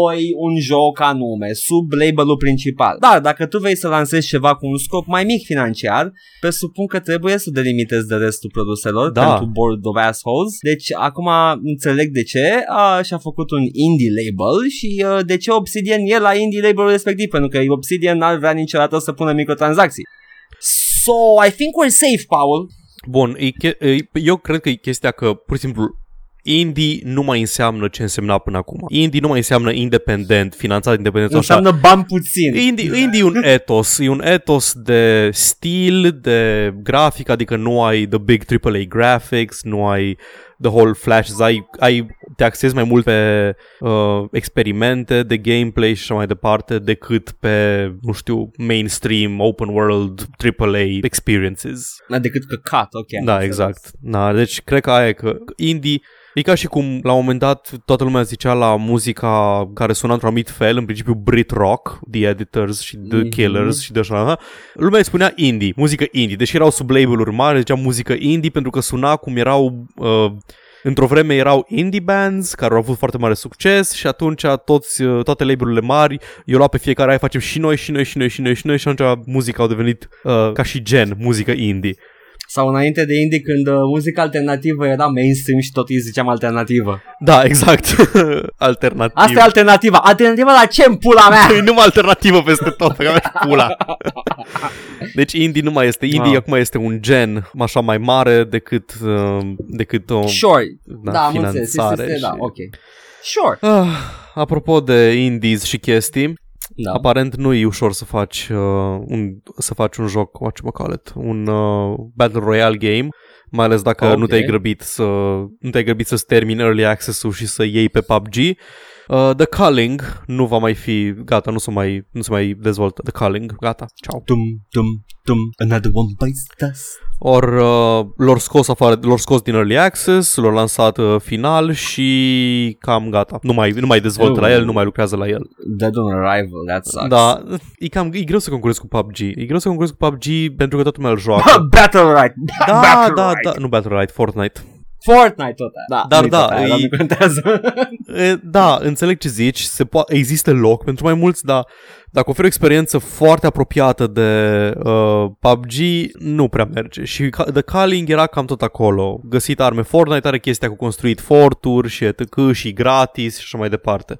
2 un joc anume, sub labelul principal. Dar dacă tu vei să lansezi ceva cu un scop mai mic financiar, presupun că trebuie să delimitezi de restul produselor Da. pentru Board of Assholes. Deci, acum înțeleg de ce a, și-a făcut un indie label și uh, de ce Obsidian e la indie labelul respectiv, pentru că Obsidian n-ar vrea niciodată să pună microtransacții. So, I think we're safe, Paul. Bun, e, che- e, eu cred că e chestia că, pur și simplu, indie nu mai înseamnă ce însemna până acum. Indie nu mai înseamnă independent, finanțat independent, sau așa. Înseamnă bani puțin. Indie, indie e un etos, e un etos de stil, de grafic, adică nu ai the big AAA graphics, nu ai the whole flashes, ai, ai te axezi mai mult pe uh, experimente de gameplay și așa mai departe decât pe, nu știu, mainstream, open world, AAA experiences. Da, decât căcat, ok. am Da, înțeles. exact. Da, deci cred că aia e că indie E ca și cum la un moment dat toată lumea zicea la muzica care suna într-un anumit fel, în principiu Brit Rock, The Editors și The Mhm. Killers și de așa, da? lumea îi spunea indie, muzică indie, deși erau sub label-uri mari, zicea muzică indie pentru că suna cum erau uh, Într-o vreme erau indie bands care au avut foarte mare succes și atunci toți, uh, toate labelurile mari eu luau pe fiecare aia, facem și noi, și noi, și noi, și noi, și noi și atunci muzica au devenit uh, ca și gen, muzică indie. Sau înainte de indie când uh, muzica alternativă era mainstream și tot îi ziceam alternativă. Da, exact. Alternativ. Asta e alternativa. Alternativa la ce în pula mea? E Păi, numai alternativă peste tot, pe care și pula. Deci indie nu mai este. Indie Ah. acum este un gen așa mai mare decât, uh, decât o... Sure. da, Da, da am înțeles. Este, finanțare este, da, și- ok. Sure. Ah, apropo de indies și chestii, Da. aparent nu e ușor să faci uh, un să faci un joc, whatchamacallit, un uh, battle royale game, mai ales dacă Ok. nu te-ai grăbit să nu te-ai grăbit să termini early access-ul și să iei pe PUBG. Uh, The Culling nu va mai fi, gata, nu se mai nu se mai dezvoltă The Culling, gata. Ciao. Dum, dum, dum, another one bites the dust. Or uh, lor scos afară, lor scos din early access, lor lansat uh, final și cam gata. Nu mai nu mai dezvoltă la el, nu mai lucrează la el. Dead on arrival, that sucks. Da, e cam e greu să concurezi cu PUBG. E greu să concurezi cu PUBG pentru că toată lumea îl joacă. Bă, Battle Right. Da, Battle da, Right. da, nu Battle Right, Fortnite. Fortnite tot aia. Da, Dar nu-i da, tot aia, dar e- nu contează. E, Da, înțeleg ce zici, se po- există loc pentru mai mulți, dar dacă oferi o experiență foarte apropiată de uh, PUBG, nu prea merge. Și ca- The Calling era cam tot acolo. Găsit arme Fortnite, are chestia cu construit forturi și etc. și gratis și așa mai departe.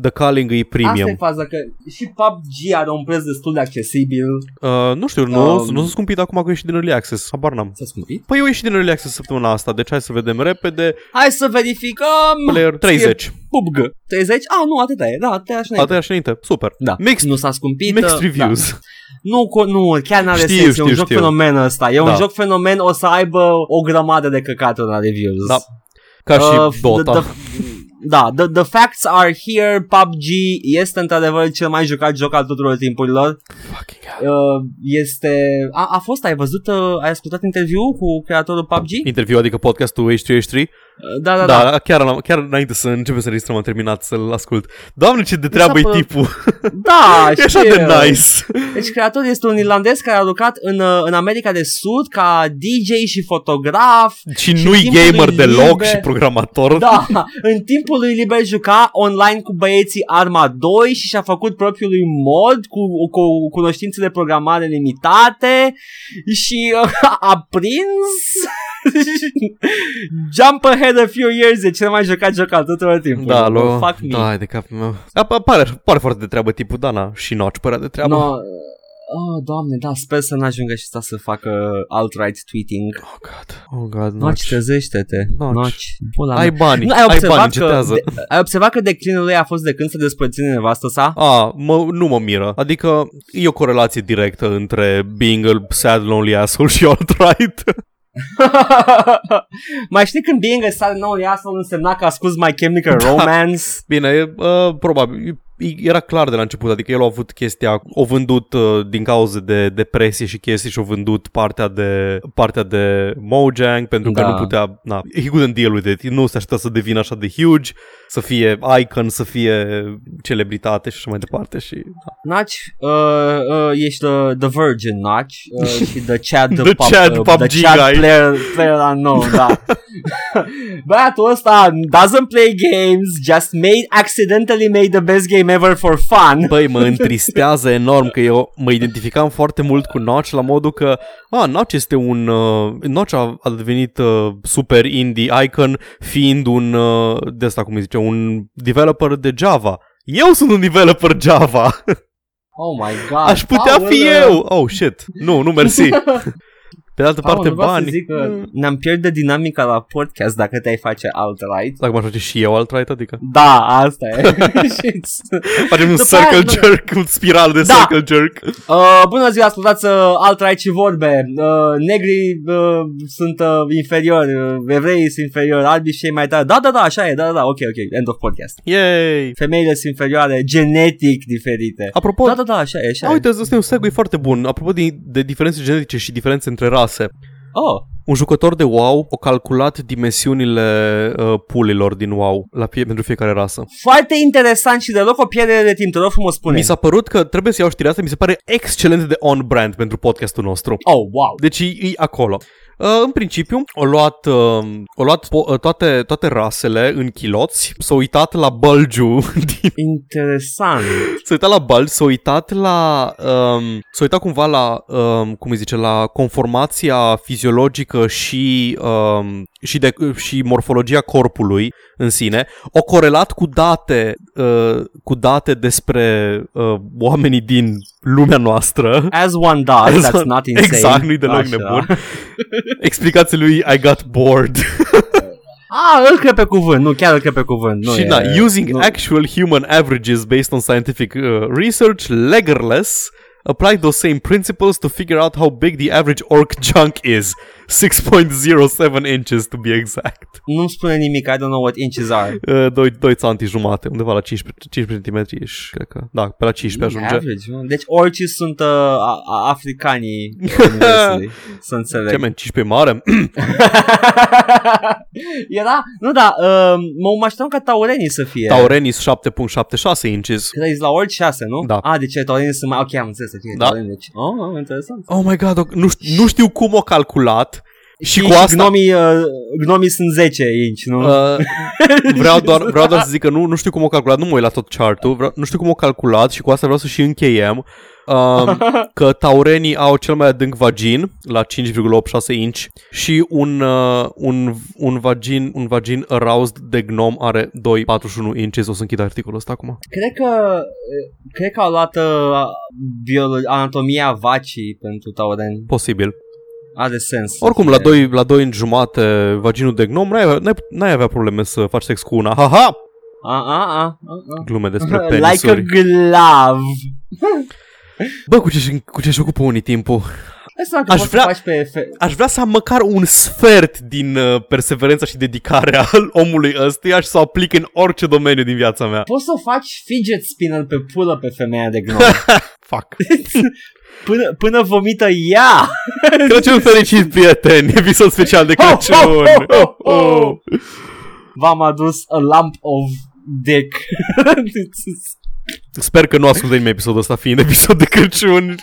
The Calling e Asta e premium. faza, că și PUBG are un preț destul de accesibil. Uh, nu știu, nu, Um, nu s-a scumpit acum că ești din Early Access, habar n-am. S-a scumpit? Păi eu ieși din Early Access săptămâna asta, deci hai să vedem repede. Hai să verificăm. Player 30. PUBG. 30? Ah, nu, atâta e. Da, te așa înainte. Atâia și înainte. Super. Da. Mixed, Nu s-a scumpit. mixed uh, reviews. Nu, co- nu, chiar n-are Știu, sens, e știu, un joc știu. fenomen ăsta. E Da. un joc fenomen, o să aibă o grămadă de căcaturi la reviews. Da. Ca și Uh, Dota. The, the, da, the, the facts are here, PUBG este într-adevăr cel mai jucat joc al tuturor timpurilor. Fucking hell. Uh, Este... A, a fost, ai văzut, uh, ai ascultat interviul cu creatorul PUBG? Interviu, adică podcastul H3H3 Uh, Da, da, da, da. da. da, chiar, am- chiar înainte să începem să registrăm Am terminat să-l ascult Doamne ce de treabă e părut- tipul da E așa știu. de nice Deci creatorul este un irlandez care a lucrat în, uh, în America de Sud ca DJ și fotograf. Și Și nu-i timpul gamer liber. deloc și programator Da, în timpul lui liber juca online cu băieții Arma 2 și și-a făcut propriul lui mod cu, cu cunoștințe de programare limitate și uh, a prins Jump ahead a few years e cel mai jucat joc al tuturor timpului. da, lo, Fuck me. da, hai de capul meu. Ap- Pare, pare foarte de treabă tipul, Dana, și Notch părea de treabă. No, uh, oh, doamne, da, sper să n-ajungă și asta să facă alt-right tweeting. Oh, God. Oh, God, Noci, Notch. trezește-te. Noci. Noci. Pula mea. Ai bani, Nu, ai, ai observat bani, că încetează. de, ai observat că declinul lui a fost de când se despărține nevastă sa? A, mă, nu mă miră. Adică e o corelație directă între being a sad, lonely asshole și alt-right. mai știi când being a sad no asshole însemna că a scos My Chemical Da. Romance? Bine, e, uh, probabil. e- Era clar de la început, adică el a avut chestia, o vândut uh, din cauze de depresie și chestii și o vândut partea de, partea de Mojang pentru că Da. nu putea, na, he couldn't deal with it, nu se aștepta să devină așa de huge, să fie icon, să fie celebritate și așa mai departe și Naci, uh, uh, ești the, the Virgin, Naci, uh, și the Chad, the, The pub, Chad uh, PUBG the Chad guy. player, player unknown, da. Băiatul ăsta doesn't play games, just made, accidentally made the best game ever for fun. Băi, Păi, mă întristează enorm că eu mă identificam foarte mult cu Notch la modul că, a, Notch este un, uh, Notch a, a devenit uh, super indie icon fiind un, uh, de asta cum îi zice, un developer de Java. Eu sunt un developer Java. Oh my god. Aș putea Paul, fi uh, eu. Oh, shit. Nu, nu mersi. Pe de altă Paul, parte, nu vreau să bani. zic că ne-am pierdut dinamica la podcast dacă te-ai face alt-right. Dacă m-aș face și eu alt-right, adică Da, asta e. Shit. facem un După circle aia- jerk, un spiral de Da. circle jerk. Uh, bună ziua, ascultați uh, alt rai și vorbe. Uh, negri uh, sunt uh, inferiori, uh, evreii sunt inferiori, albi și cei mai tare. Da, da, da, așa e, da, da, da, ok, ok, end of podcast. Yay! Femeile sunt inferioare, genetic diferite. Apropo, Da, da, da, așa e, așa A, e. uite, asta e un segue foarte bun. Apropo de, de diferențe genetice și diferențe între rase, Oh, un jucător de WoW a calculat dimensiunile uh, pulilor din WoW la fie, pentru fiecare rasă. foarte interesant și deloc o pierdere de timp, te rog frumos spune. Mi s-a părut că trebuie să iau știrea asta, mi se pare excelent de on-brand pentru podcastul nostru. Oh, wow. Deci e, e acolo. Uh, în principiu, o luat, uh, o luat po- uh, toate, toate rasele în chiloți, s-a uitat la Bulgiu din Interesant. S-a uitat la bal, s-a uitat la... Um, s-a uitat cumva la, um, cum îi zice, la conformația fiziologică și, um, și, de, și morfologia corpului în sine. O corelat cu date, uh, cu date despre uh, oamenii din lumea noastră. As one does, As that's one- not insane. Exact, nu-i deloc Așa. nebun. Explicați lui I got bored. A, Ah, îl cred pe cuvânt, nu, chiar îl cred pe cuvânt. Nu și da, e, na, using nu. actual human averages based on scientific uh, research, Lagerless applied those same principles to figure out how big the average orc chunk is. 6.07 inches to be exact. Nu-mi spune nimic, I don't know what inches are. Uh, doi, doi țanti jumate, undeva la 15, 15 cm -ish, cred că. Da, pe la 15 ajunge. Average, mă. Deci orcii sunt uh, a- a- africanii universului, să Ce înțeleg. men, 15 mare? Era, nu da, uh, mă mă așteptam ca taurenii să fie. Taurenis 7.76 inches. Crezi la ori șase, nu? Da. A, deci taurenii sunt mai... Ok, am înțeles, ok, Da. taurenii, deci... Oh, oh, interesant. Oh my god, ok, nu, ș- nu știu cum o calculat și cu și asta Gnomii, uh, gnomii sunt 10 inci, nu? Uh, Uh, vreau, doar, vreau doar să zic că nu, nu știu cum o calculat, nu mă uit la tot chart-ul, vreau, nu știu cum o calculat și cu asta vreau să și încheiem um, că taurenii au cel mai adânc vagin la 5,86 inch și un, uh, un, un, vagin, un vagin aroused de gnom are 2,41 inches. O să închid articolul ăsta acum. cred că... Cred că au luat uh, biolo- anatomia vacii pentru taureni. Posibil. Are sens. Oricum, la 2 la doi în jumate vaginul de gnom, n-ai, n-ai, n-ai avea probleme să faci sex cu una. Ha-ha! A, a, a, a, a. Glume despre Like a penisuri. glove. Bă, cu ce, cu ce-și ocupă unii timpul? Hai să Aș poți vrea- să faci pe... Fe- aș vrea să am măcar un sfert din uh, perseverența și dedicarea al omului ăstuia și să o aplic în orice domeniu din viața mea. poți să faci fidget spinner pe pulă pe femeia de gnom. Fuck. până, până vomită ea. Crăciun fericit, prieteni! Episod special de Crăciun! Ho, ho, ho, ho, ho! Oh. V-am adus a lump of dick. Sper că nu ascultă nimeni episodul ăsta, fiind episod de Crăciun.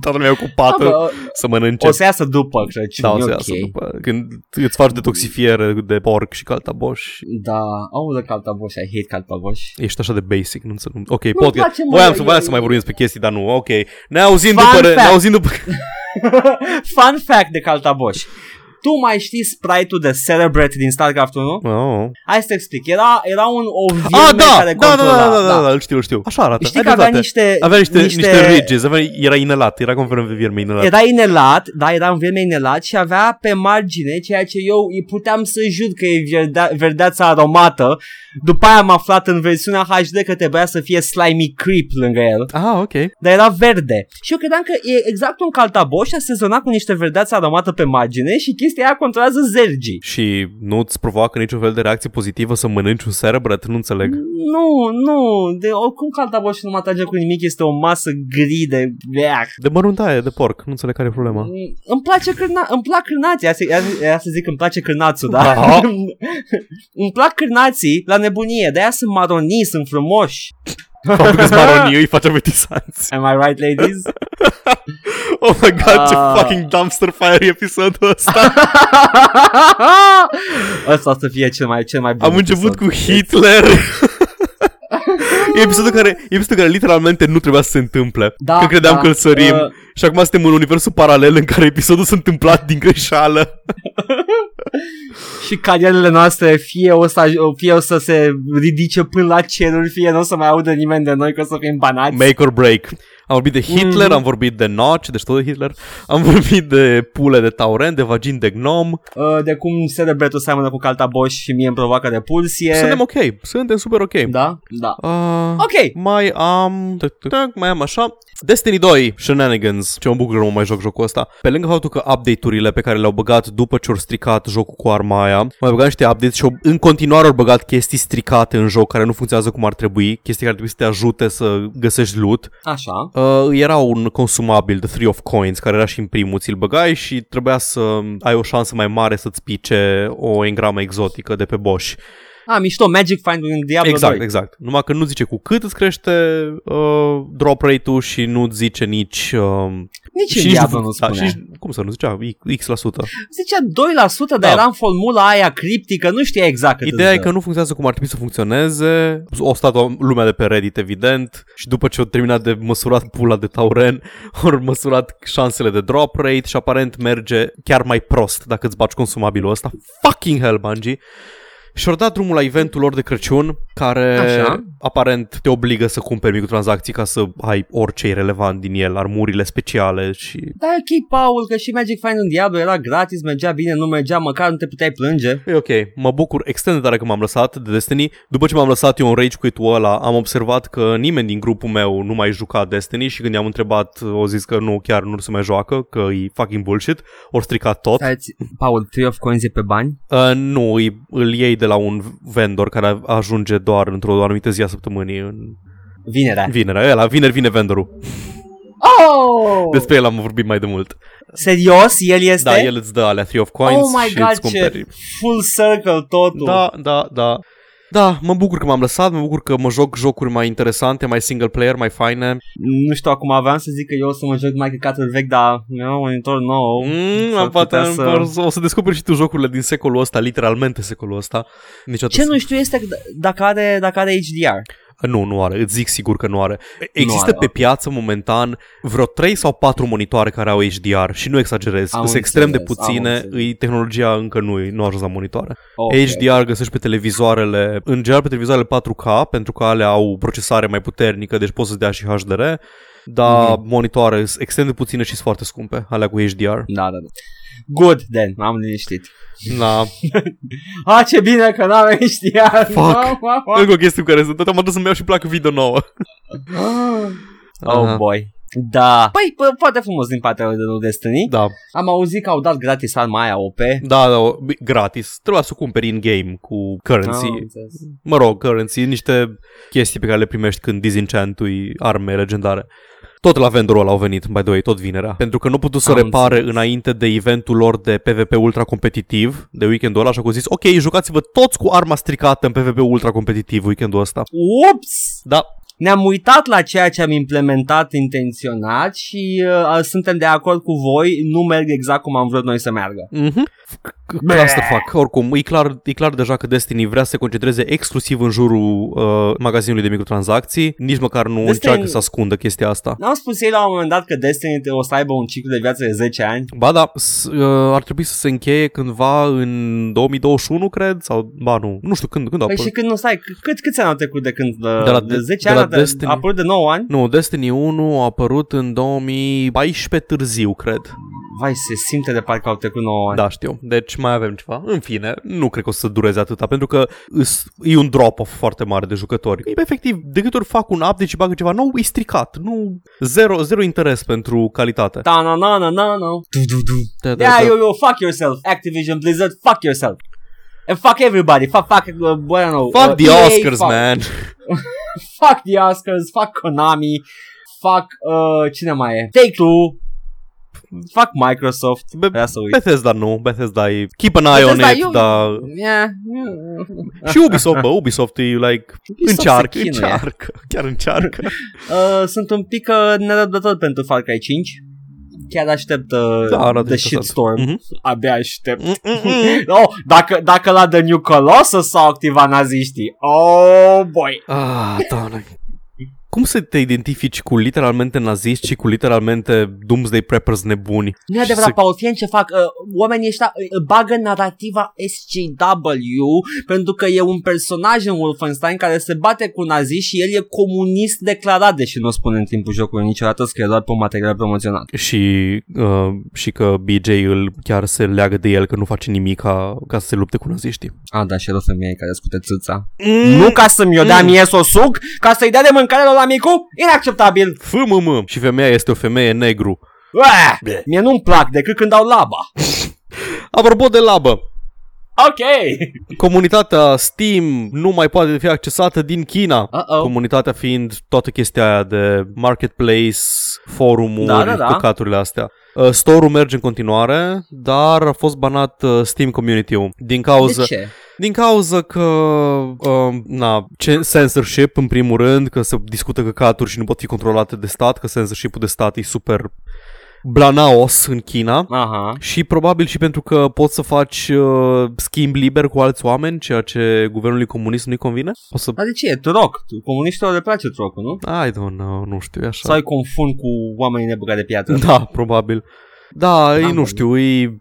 Toată lumea e ocupată Bă, să mănânce. o să iasă după Crăciun, da, o e să ok. iasă după. Când îți faci detoxifiere de porc și caltaboș. Da, aulă caltaboș, I hate caltaboș. Ești așa de basic, nu înțeleg. Ok, nu Nu-mi podcast. place, mă, Voiam să, e- voiam să mai vorbim despre chestii, dar nu. Ok. Ne auzim Fun după, re- ne fact. auzim după Fun fact de caltaboș. Tu mai știi sprite-ul de Cerebrate din StarCraft 1? Oh. Hai să te explic. Era, era un o Ah, virme da, care da, da, controla. da, da, da, da, îl știu, îl știu. Așa arată. Știi Ai că avea dreptate. niște, avea niște, niște... niște ridges, avea, era inelat, era confirm pe vierme inelat. Era inelat, da, era un vreme inelat și avea pe margine ceea ce eu îi puteam să jur că e verdea, verdeața aromată. După aia am aflat în versiunea HD că trebuia să fie slimy creep lângă el, Ah, ok. dar era verde. Și eu credeam că e exact un caltaboș a sezonat cu niște verdeață aromată pe margine și chestia aia controlează zergii. Și nu-ți provoacă niciun fel de reacție pozitivă să mănânci un cerebrat, nu înțeleg. Nu, nu, de oricum caltaboșul nu mă atrage cu nimic, este o masă gri de... Bleah. De măruntaie, de porc, nu înțeleg care e problema. Mm, Îmi place cârna, îmi plac cârnații, ia să, ia, ia să zic îmi place cârnațul, da? Da. îmi plac cârnații la nebunie, de-aia sunt maronii, sunt frumoși. Faptul că-s maronii îi face apetisanți. Am I right, ladies? Oh my god, ce Ah. fucking dumpster fire e episodul ăsta. Asta o să fie cel mai, cel mai bun Am început episod. cu Hitler. E episodul care, e episodul care literalmente nu trebuia să se întâmple. Da, că credeam da, că îl sărim. uh, Și acum suntem în universul paralel în care episodul s-a întâmplat din greșeală. Și carierele noastre fie o, să, aj- fie o să se ridice până la ceruri, fie nu o să mai audă nimeni de noi că o să fim banați. Make or break. Am vorbit de Hitler, Mhm. am vorbit de Notch, deci tot de Hitler, am vorbit de pule de tauren, de vagin de gnom. Uh, de cum celebretul seamănă cu caltaboș și mie îmi provoacă repulsie. Suntem ok, suntem super ok. Da, da. Uh, Ok, mai am... tuc, tuc, tuc, Mai am așa Destiny 2 Shenanigans Ce mă bucur că nu mai joc jocul ăsta Pe lângă faptul că update-urile Pe care le-au băgat După ce au stricat jocul cu arma aia Mai băgat niște updates Și au, în continuare au băgat chestii stricate în joc Care nu funcționează cum ar trebui Chestii care trebuie să te ajute să găsești loot așa. Uh, era un consumabil de Three of Coins care era și în primul, ți-l băgai și trebuia să ai o șansă mai mare să-ți pice o engramă exotică de pe Bosch. A, mișto, Magic Find în Diablo exact, 2. exact. Numai că nu zice cu cât îți crește uh, drop rate-ul și nu zice nici... Uh, Nici în nici Diablo func- nu da, și spune. nici- Cum să nu zicea? X la sută. Zicea 2%, dar Da. era în formula aia criptică, nu știa exact cât îți Ideea e dă. că nu funcționează cum ar trebui să funcționeze. O stat o- lumea de pe Reddit, evident, și după ce au terminat de măsurat pula de tauren, au măsurat șansele de drop rate și aparent merge chiar mai prost dacă îți baci consumabilul ăsta. Fucking hell, Bungie! Și-au dat drumul la eventul lor de Crăciun, care Așa. aparent te obligă să cumperi microtranzacții ca să ai orice e relevant din el, armurile speciale și... Da, ok, Paul, că și Magic Find un Diablo era gratis, mergea bine, nu mergea, măcar nu te puteai plânge. E Păi ok, mă bucur extrem de tare că m-am lăsat de Destiny. După ce m-am lăsat eu în Rage Quit-ul ăla, am observat că nimeni din grupul meu nu mai juca Destiny și când i-am întrebat, o zis că nu, chiar nu se mai joacă, că e fucking bullshit, ori stricat tot. Stai, ți- Paul, Tree of Coins e pe bani? Uh, nu, îi, îl iei de la un vendor care ajunge doar într-o anumită zi a săptămânii, în Vinerea. vinerea. Ăla, vineri vine vendorul. Oh! Despre el am vorbit mai de mult. Serios? El este? Da, el îți dă alea Three of Coins Oh my și god, îți ce cumperi full circle totul. Da, da, da. Da, mă bucur că m-am lăsat, mă bucur că mă joc jocuri mai interesante, mai single player, mai faine. Nu știu, acum aveam să zic că eu o să mă joc mai căcatul vechi, dar eu am un monitor nou. Mm, S-ar am poate putea să- să... o să descoperi și tu jocurile din secolul ăsta, literalmente secolul ăsta. Niciodată Ce să- nu știu este d- dacă are, dacă are HDR. Nu, nu are, îți zic sigur că nu are. da. Există are, pe ok. piață momentan vreo 3 sau 4 monitoare care au HDR și nu exagerez, Am sunt extrem de înțeles, am puține, înțeles. îi, tehnologia încă nu, e- nu a ajuns la monitoare. Okay. Okay. HDR găsești pe televizoarele, în general pe televizoarele 4K, pentru că alea au procesare mai puternică, deci poți să dea și HDR, dar mm-hmm. monitoare sunt extrem de puține și sunt foarte scumpe, alea cu HDR. Da, da, da. Good, then, m-am liniștit. Da. A, ce bine că n-am HDR. Fuck. Wow, wow, wow. Încă o chestie cu care sunt, tot am adus să-mi iau și placă video nouă. Oh Ah. Aha. boy. Da. Păi, pă, foarte frumos din partea de lui Destiny. Da, Am auzit că au dat gratis arma aia OP. da, da, o- gratis. Trebuia să o cumperi in-game cu currency. Am înțeles. Mă rog, currency, niște chestii pe care le primești când disenchantui arme legendare. Tot la vendorul ăla au venit, by the way, tot vinerea. Pentru că nu putut să Am repare înțeles. înainte de eventul lor de PvP ultra competitiv de weekendul ăla, așa că au zis, ok, jucați-vă toți cu arma stricată în PvP ultra competitiv weekendul ăsta. Ups! Da, Ne-am uitat la ceea ce am implementat intenționat și uh, suntem de acord cu voi, nu merg exact cum am vrut noi să meargă. Mhm. Clusterfuck. Oricum, e clar, e clar deja că Destiny vrea să se concentreze exclusiv în jurul uh, magazinului de microtransacții. Nici măcar nu Destiny- încearcă să ascundă chestia asta. N-am spus ei la un moment dat că Destiny o să aibă un ciclu de viață de 10 ani? Ba da, s- uh, ar trebui să se încheie cândva în 2021, cred, sau ba nu, nu știu când, când a Păi apărut. și când nu stai, c- cât, câți ani au trecut de când? De, De la de de- 10 de ani? la a tre- Destiny. A apărut de 9 ani? Nu, Destiny 1 a apărut în 2014 târziu, cred. Vai, se simte de parcă au trecut 9 ani. Da, știu. Deci mai avem ceva. În fine, nu cred că o să dureze atâta, pentru că îs- e un drop-off foarte mare de jucători. E, efectiv, de câte ori fac un update și bagă ceva nou, e stricat. Nu, zero, zero interes pentru calitate. Da, na, na, na, na, na. Du, du, du. Da, Yeah, yo, yo, fuck yourself, Activision Blizzard, fuck yourself. And fuck everybody, fuck, fuck, uh, bueno, uh, Fuck the EA, Oscars, fuck, man! Fuck the Oscars, fuck Konami, fuck, uh, cine mai e? Take-Two, fuck Microsoft, Be- vrea să uit. Bethesda nu, Bethesda e... Keep an eye Bethesda, on it, eu- dar... Yeah. Și Ubisoft, bă, Ubisoft e like... Ubisoft încearcă, se chinuie. încearcă, chiar încearcă. Uh, sunt un pic uh, nerăbdător pentru Far Cry 5. Chiar aștept uh, Da, arată The interesant. Shitstorm. Mhm. Abia aștept. Mm-mm-mm. Oh, dacă, dacă la The New Colossus s-au activat naziștii. Oh, boy. Ah, doamne. Cum să te identifici cu literalmente naziști și cu literalmente doomsday preppers nebuni? Nu e Și adevărat, să- Paul, fie ce fac, uh, oamenii ăștia uh, bagă narrativa SCW pentru că e un personaj în Wolfenstein care se bate cu nazi și el e comunist declarat, deși nu o spune în timpul jocului niciodată, că e doar pe un material promoționat. Și, uh, și că BJ îl chiar se leagă de el că nu face nimic ca, ca să se lupte cu naziștii. A, da, și el o femeie care ascute țâța. Mm. Nu ca să-mi o dea Mm. mie să o suc, ca să-i dea de mâncare la micu? Inacceptabil! FMM. Și femeia este o femeie negru. Uah! Ble. Mie nu-mi plac decât când dau laba. Apropo de labă, Ok! comunitatea Steam nu mai poate fi accesată din China. Uh-oh. Comunitatea fiind toată chestia aia de marketplace, forumuri, Da, da, da. căcaturile astea. Uh, Store-ul merge în continuare, dar a fost banat uh, Steam Community-ul din cauza, De ce? din cauza că uh, na, ce- censorship în primul rând, că se discută căcaturi și nu pot fi controlate de stat, că censorship-ul de stat e super Blanaos în China. Aha. Și probabil și pentru că poți să faci uh, schimb liber cu alți oameni, ceea ce guvernului comunist nu-i convine? O să... Dar de ce? E troc. Comuniștilor le place trocul, nu? I don't know, nu știu, e așa. Sau îi confund cu oamenii nebăgați de piatră. Da, probabil. Da, ei N-am nu știu, ei...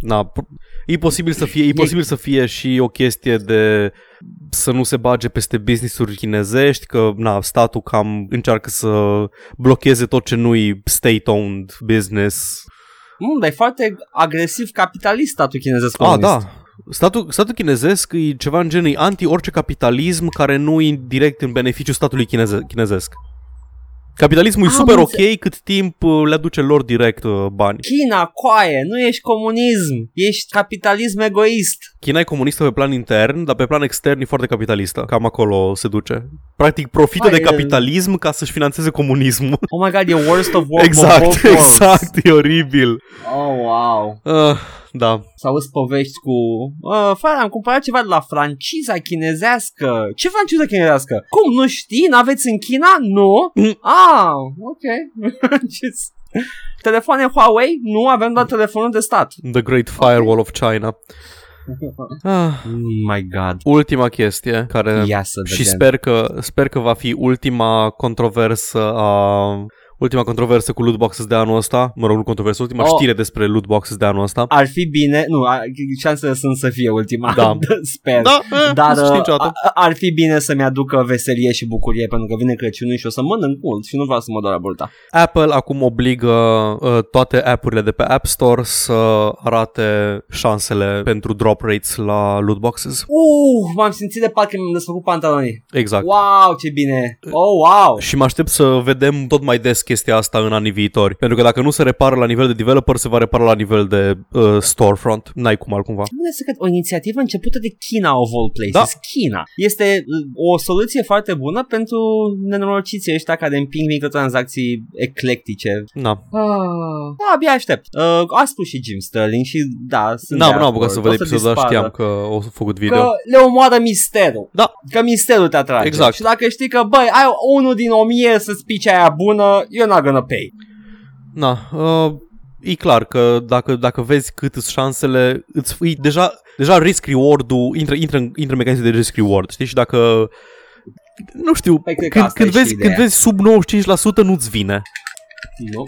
Na, pro- e posibil să fie, e posibil să fie și o chestie de să nu se bage peste business-uri chinezești, că na, statul cam încearcă să blocheze tot ce nu-i state-owned business. Mm, dar e foarte agresiv capitalist statul chinezesc Ah, comunist. da. Statul, statul chinezesc e ceva în genul e anti-orice capitalism care nu e direct în beneficiu statului chineze- chinezesc. Capitalismul e Am super înțe- ok cât timp uh, le aduce lor direct uh, bani. China, coaie, nu ești comunism, ești capitalism egoist. China e comunistă pe plan intern, dar pe plan extern e foarte capitalistă. Cam acolo se duce. Practic profită Hai, de e- capitalism ca să-și financeze comunismul. Oh my god, e worst of world of exact, both worlds. exact, e oribil. Oh, wow. Uh, da. Să auzi povești cu uh, Frate, am cumpărat ceva de la franciza chinezească Ce franciza chinezească? Cum, nu știi? N-aveți în China? Nu? Mm. Ah, ok Ce-s- Telefoane Huawei? Nu, avem doar telefonul de stat The Great Firewall of China. Ah. My god Ultima chestie care Ia să Și vedem. sper că, sper că va fi ultima controversă a ultima controversă cu loot boxes de anul ăsta, mă rog, nu controversă, ultima Oh. oh. știre despre loot boxes de anul ăsta. Ar fi bine Nu, a- șansele sunt să fie ultima Da. Sper Da, Dar dar, nu știu uh, niciodată. a- ar fi bine să-mi aducă veselie și bucurie Pentru că vine Crăciunul și o să mănânc mult Și nu vreau să mă doar burta Apple acum obligă uh, toate app-urile de pe App Store să arate șansele pentru drop rates la loot boxes. Uh, m-am simțit de parcă mi-am desfăcut pantalonii Exact. Uh, Wow, ce bine! Oh, wow! Și mă aștept să vedem tot mai des chestia asta în anii viitori. Pentru că dacă nu se repară la nivel de developer, se va repara la nivel de uh, storefront. N-ai cum altcumva. Bine să cred, o inițiativă începută de China of all places, da. China. Este uh, o soluție foarte bună pentru nenorociții ăștia care împing microtransacții eclectice. Na, Ah. Da, abia aștept. Uh, a spus și Jim Sterling și da, sunt N-am, de n-am acord. apucat să O văd episodul, dar dispară. știam că o să făcut video. Că le omoară misterul. Da. Că misterul te atrage. Exact. Și dacă știi că, băi, ai unul din o mie să-ți pici aia bună, you're not gonna pay. Na, uh, e clar că dacă, dacă vezi cât sunt șansele, îți, e, deja, deja risk-reward-ul intră, intră, în- intră în mecanism de risk-reward, știi? Și dacă, nu știu, Păi, cred că când, asta când, e și vezi, ideea. când vezi sub 95% nu-ți vine. Nu.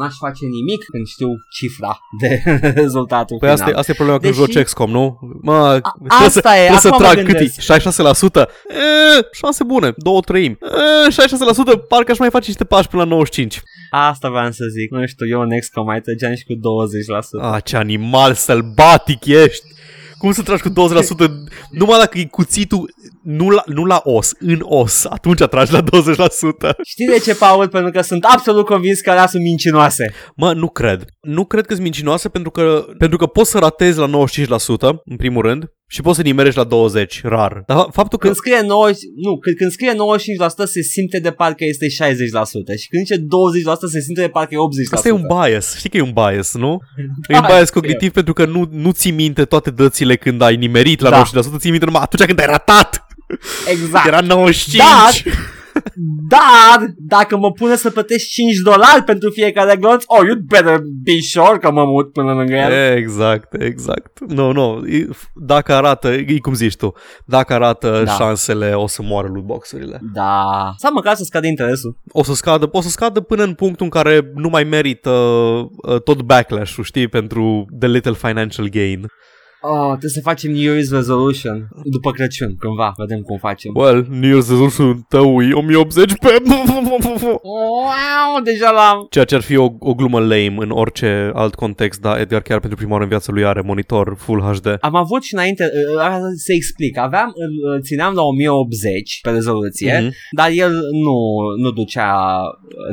N-aș face nimic când știu cifra de rezultatul Păi final. asta, e- asta e problema când Deși- joci XCOM, nu? Mă, A- trebuie să, asta e, trebuie să acum mă trag cât e? gândesc. 66%? E, șanse bune, două treimi. E, 66%, parcă aș mai face niște pași până la 95. Asta vreau să zic. Nu știu, eu în XCOM mai trăgeam și cu 20%. Ah. Ah, ce animal sălbatic ești! Cum să tragi cu 20%? Numai dacă e cuțitul nu la, nu la os, în os, atunci tragi la 20%. Știi de ce, Paul? Pentru că sunt absolut convins că alea sunt mincinoase. Mă, nu cred. Nu cred că-s mincinoasă pentru că, pentru că poți să ratezi la 95%, în primul rând, și poți să nimerești la 20%, rar. Dar faptul că... Când scrie 90, nu, când, când scrie 95% se simte de parcă este 60% și când zice 20% se simte de parcă e 80%. Asta e un bias, știi că e un bias, nu? E Da, un bias știu. cognitiv pentru că nu, nu ții minte toate dățile când ai nimerit la Da. 90%, ții minte numai atunci când ai ratat, Exact. era 95%. Dar dacă mă pune să plătești 5 dolari pentru fiecare glonț, oh, you'd better be sure că mă mut până lângă el. Exact, exact. Nu, nu, e- f- dacă arată, e cum zici tu, dacă arată Da. da. șansele o să moară lootboxurile. Da. Sau măcar să scade interesul. O să scadă, o să scadă până în punctul în care nu mai merită uh, tot backlash-ul, știi, pentru the little financial gain. Oh, trebuie să facem New Year's Resolution după Crăciun, cândva, vedem cum facem. Well, New Year's resolution tău e 1080 pe... Wow, deja l-am. Ceea ce ar fi o, o glumă lame în orice alt context, dar Edgar chiar pentru prima oară în viața lui are monitor Full HD. Am avut și înainte, uh, uh, să explic, aveam, îl îl țineam la 1080 pe rezoluție, Mhm. dar el nu, nu ducea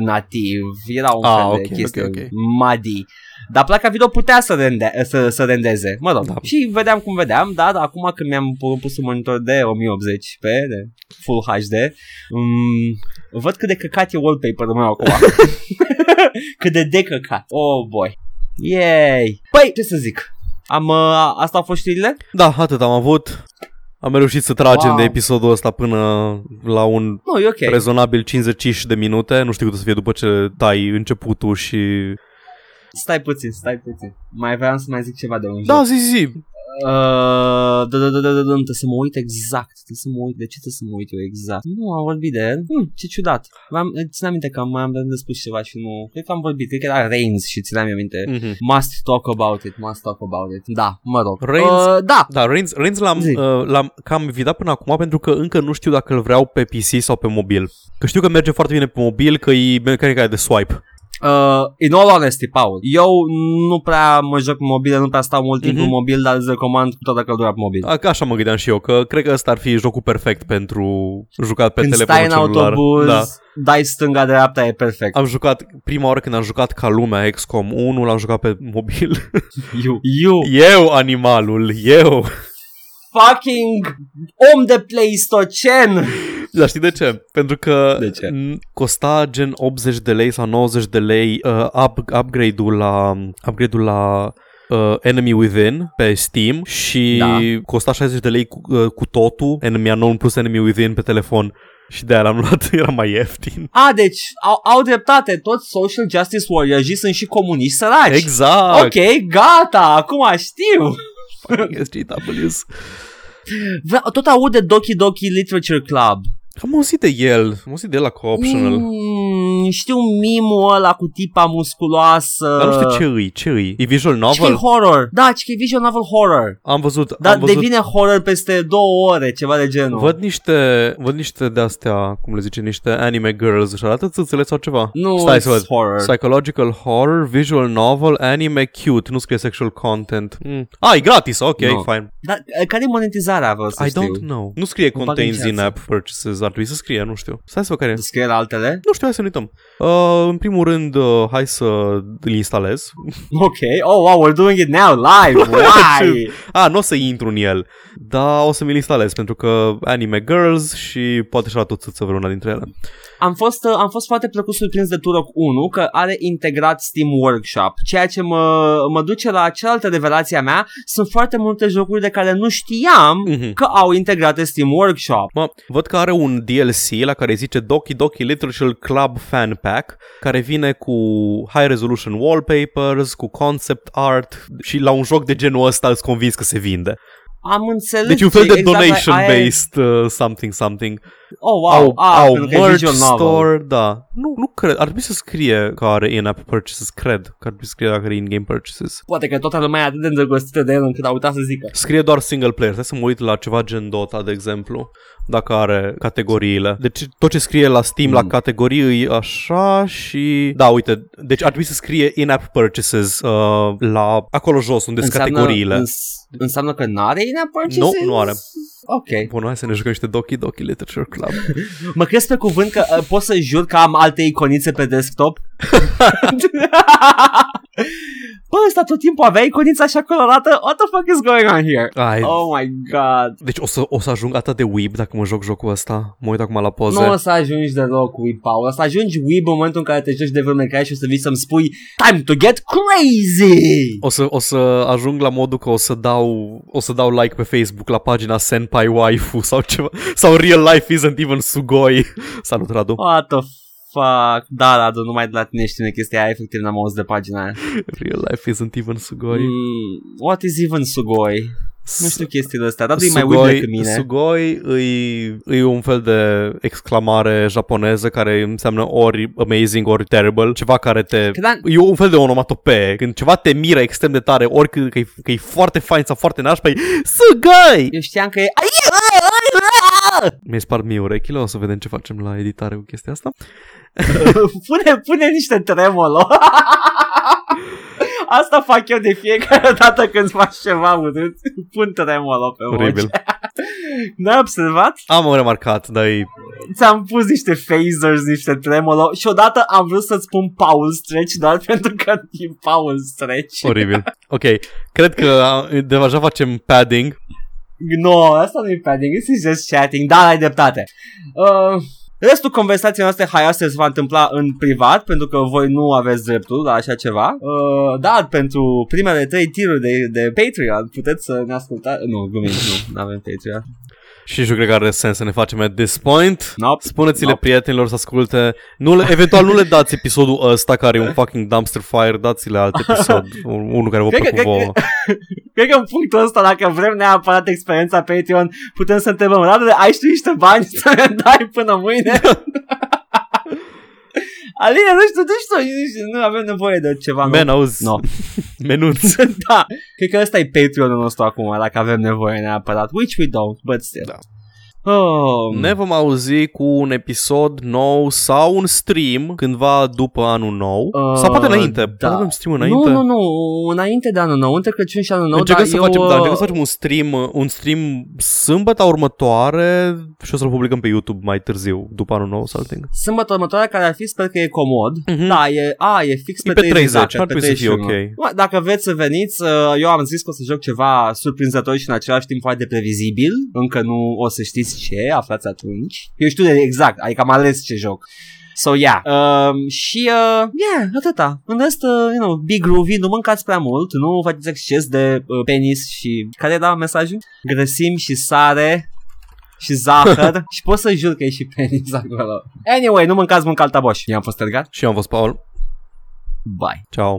nativ, era un Ah, fel de ok, chestie ok, ok. madi. Dar placa video putea să, rende- să, să rendeze, mă rog. Da. Și vedeam cum vedeam, da, dar acum când mi-am pu- pus un monitor de 1080p, de Full HD, um, văd cât de căcat e wallpaper-ul meu acum. cât de decăcat. Oh, boy. Yay! Păi, ce să zic? Am, uh, asta au fost știrile? Da, atât am avut. Am reușit să tragem Wow. de episodul ăsta până la un Nu, e ok. rezonabil 50 de minute. Nu știu cât o să fie după ce tai începutul și... Stai puțin, stai puțin. Mai vreau să mai zic ceva de un joc. Da, zi, zi! Uh, da, da, da, da, da, da, trebuie să mă uit exact. Trebuie să mă uit. De ce trebuie să mă uit eu exact? Nu am vorbit de el. Hm, ce ciudat. am țin aminte că am mai am de spus ceva și nu... Cred că am vorbit. Cred că era Reigns și țineam eu aminte. Mm-hmm. Must talk about it, must talk about it. Da, mă rog. Reigns- Uh, da, Da, Reigns, Reigns l-am, Zi. uh, l-am cam evitat până acum pentru că încă nu știu dacă îl vreau pe PC sau pe mobil. Că știu că merge foarte bine pe mobil, că e mecanica aia de swipe. uh, in all honesty, Paul, eu nu prea mă joc pe mobil, nu prea stau mult timp Mhm. în mobil, dar îți recomand cu toată căldura pe mobil. A- Așa mă gândeam și eu, că cred că ăsta ar fi jocul perfect pentru jucat pe Când telefonul stai în celular. autobuz, Da. dai stânga-dreapta, e perfect. Am jucat, prima oară când am jucat ca lumea XCOM 1, l-am jucat pe mobil. You, you eu, animalul, eu! fucking om de pleistocen! Dar știi de ce? Pentru că De ce? m, costa gen 80 de lei sau 90 de lei uh, up, upgrade-ul la, upgrade-ul la uh, Enemy Within pe Steam și Da. costa 60 de lei cu, uh, cu totul, Enemy Unknown plus Enemy Within pe telefon. Și de-aia l-am luat, era mai ieftin. A, deci au, au dreptate, toți social justice warriors sunt și comuniști săraci. Exact! Ok, gata, acum știu. Fucking SJWs. Vre- Tot aud de Doki Doki Literature Club. Am auzit de el, am auzit de el la co-optional. Mm, știu mimul ăla cu tipa musculoasă. Dar nu știu ce îi, ce îi. E visual Și că e novel? horror. Da, și că e visual novel horror. Am văzut, Dar am văzut. devine horror peste două ore, ceva de genul. Văd niște, văd niște de-astea, cum le zice, niște anime girls și arată țâțele sau ceva. nu, Stai it's să văd. horror. Psychological horror, visual novel, anime cute, nu scrie sexual content. Mm. Ah, e gratis, ok, Nu. no. fine. Dar eh, care e monetizarea, vreau să I știu? don't know. Nu scrie Îmi bag în contains ceață. in-app purchases, ar trebui să scrie, nu știu. Stai să văd care e. Scrie la altele? Nu știu, hai să ne uităm. Uh, în primul rând, uh, hai să îl instalez. Ok, oh wow, we're doing it now live, why? A, Ah, nu o să intru în el, dar o să mi-l instalez pentru că anime girls și poate și la tot să vreuna dintre ele. am, fost, uh, am fost foarte plăcut surprins de Turok 1 că are integrat Steam Workshop, ceea ce mă, mă duce la cealaltă revelație a mea, sunt foarte multe jocuri de care nu știam Mhm. că au integrate Steam Workshop. Mă, văd că are un DLC la care îi zice Doki Doki Literature Club Fan Pack, care vine cu high resolution wallpapers, cu concept art și la un joc de genul ăsta îți convins că se vinde. Am înțeles. Deci un fel ce- de exact, donation aia- based uh, something something. Oh, wow. Au, ah, au pentru că e merch visual novel. store, da. Nu, nu cred, ar trebui să scrie că are in-app purchases, cred că ar trebui să scrie dacă are in-game purchases. Poate că toată lumea e atât de îndrăgostită de el încât a uitat să zică. Scrie doar single player, hai să mă uit la ceva gen Dota, de exemplu, dacă are categoriile. Deci tot ce scrie la Steam, Mm. la categorii, e așa și... Da, uite, deci ar trebui să scrie in-app purchases uh, la acolo jos, unde sunt categoriile. îns- înseamnă că n-are in-app Nu, purchases? nu are. Ok. Bun, hai să ne jucăm niște Doki Doki Literature Club. Mă crezi pe cuvânt că uh, pot să jur că am alte iconițe pe desktop? Bă, ăsta tot timpul avea iconița așa colorată? What the fuck is going on here? Ai, Oh my god. Deci o să, o să ajung atât de weeb dacă mă joc jocul ăsta. Mă uit acum la poze. Nu o să ajungi deloc weeb, Paul. O să ajungi weeb în momentul în care te joci de vreme ca și o să vii să-mi spui Time to get crazy! O să, o să ajung la modul că o să dau, o să dau like pe Facebook la pagina Senpai Waifu sau ceva. Sau Real Life Isn't Even Sugoi. Salut, Radu. What the fuck? Da, Radu, numai de la tine știu chestia aia, efectiv n-am auzit de pagina aia. Real Life Isn't Even Sugoi. Mm, what is even sugoi? Nu știu chestiile astea, Radu e mai weird Sugoi, decât mine. sugoi îi, îi un fel de exclamare japoneză care înseamnă ori amazing, ori terrible, ceva care te... Că da- E un fel de onomatopee. Când ceva te miră extrem de tare, ori că, că, e, că e foarte fain sau foarte nașpa, e Sugoi! Eu știam că e... Mi-ai spart mie urechile, o să vedem ce facem la editare cu chestia asta. pune, pune niște tremolo. Asta fac eu de fiecare dată când fac ceva urât. Pun tremolo pe voce. Oribil. N-ai observat? Am remarcat, dar e... Ți-am pus niște phasers, niște tremolo și odată am vrut să-ți pun Paul Stretch doar pentru că e Paul Stretch. oribil. Ok, cred că a, deja facem padding. No, asta nu e padding, this is just chatting, dar ai dreptate. Uh, restul conversației noastre haioase se va întâmpla în privat, pentru că voi nu aveți dreptul la așa ceva. Uh, dar pentru primele trei tiruri de, de Patreon puteți să ne ascultați... Nu, glumim, nu, nu avem Patreon. Și nici nu cred că are sens să ne facem at this point. Nope. Spuneți-le Nope. prietenilor să asculte. Nu le, eventual nu le dați episodul ăsta care e un fucking dumpster fire, dați-le alt episod, un- unul care vă Cred că- cred plăcut că- vouă. Cred că în punctul ăsta, dacă vrem neapărat experiența Patreon, putem să întrebăm, Radu, ai și tu niște bani să ne dai până mâine? Aline, nu știu, nu știu, nu știu, nu avem nevoie de ceva. Man, nou. auzi, No. menuț. da, cred că ăsta e Patreon-ul nostru acum, dacă avem nevoie neapărat, né, which we don't, but still. Da. Oh, Ne vom auzi cu un episod nou sau un stream cândva după anul nou. Uh, sau poate înainte. da. Poate avem stream înainte. Nu, nu, nu, înainte de anul nou, între Crăciun și anul nou, încercăm, dar să eu... facem, da, uh, încercăm să facem un stream, uh, un stream sâmbăta următoare și o să-l publicăm pe YouTube mai târziu, după anul nou sau something. Sâmbătă următoarea care ar fi, sper că e comod. Mhm. Da, e, a, e fix pe, E pe 30, exact, ar pe trebui să fie 31. ok. Bă, Dacă vreți să veniți, uh, eu am zis că o să joc ceva surprinzător și în același timp foarte previzibil. Încă nu o să știți ce, aflați atunci. Eu știu de exact, adică am ales ce joc. So, yeah. Um, și, uh, yeah, atâta. În rest, uh, you know, be groovy, nu mâncați prea mult, nu faceți exces de uh, penis și... Care era mesajul? Grăsimi și sare și zahăr și pot să jur că e și penis acolo. Anyway, nu mâncați mâncalta boș. Eu am fost Edgar. Și eu am fost Paul. Bye. Ciao.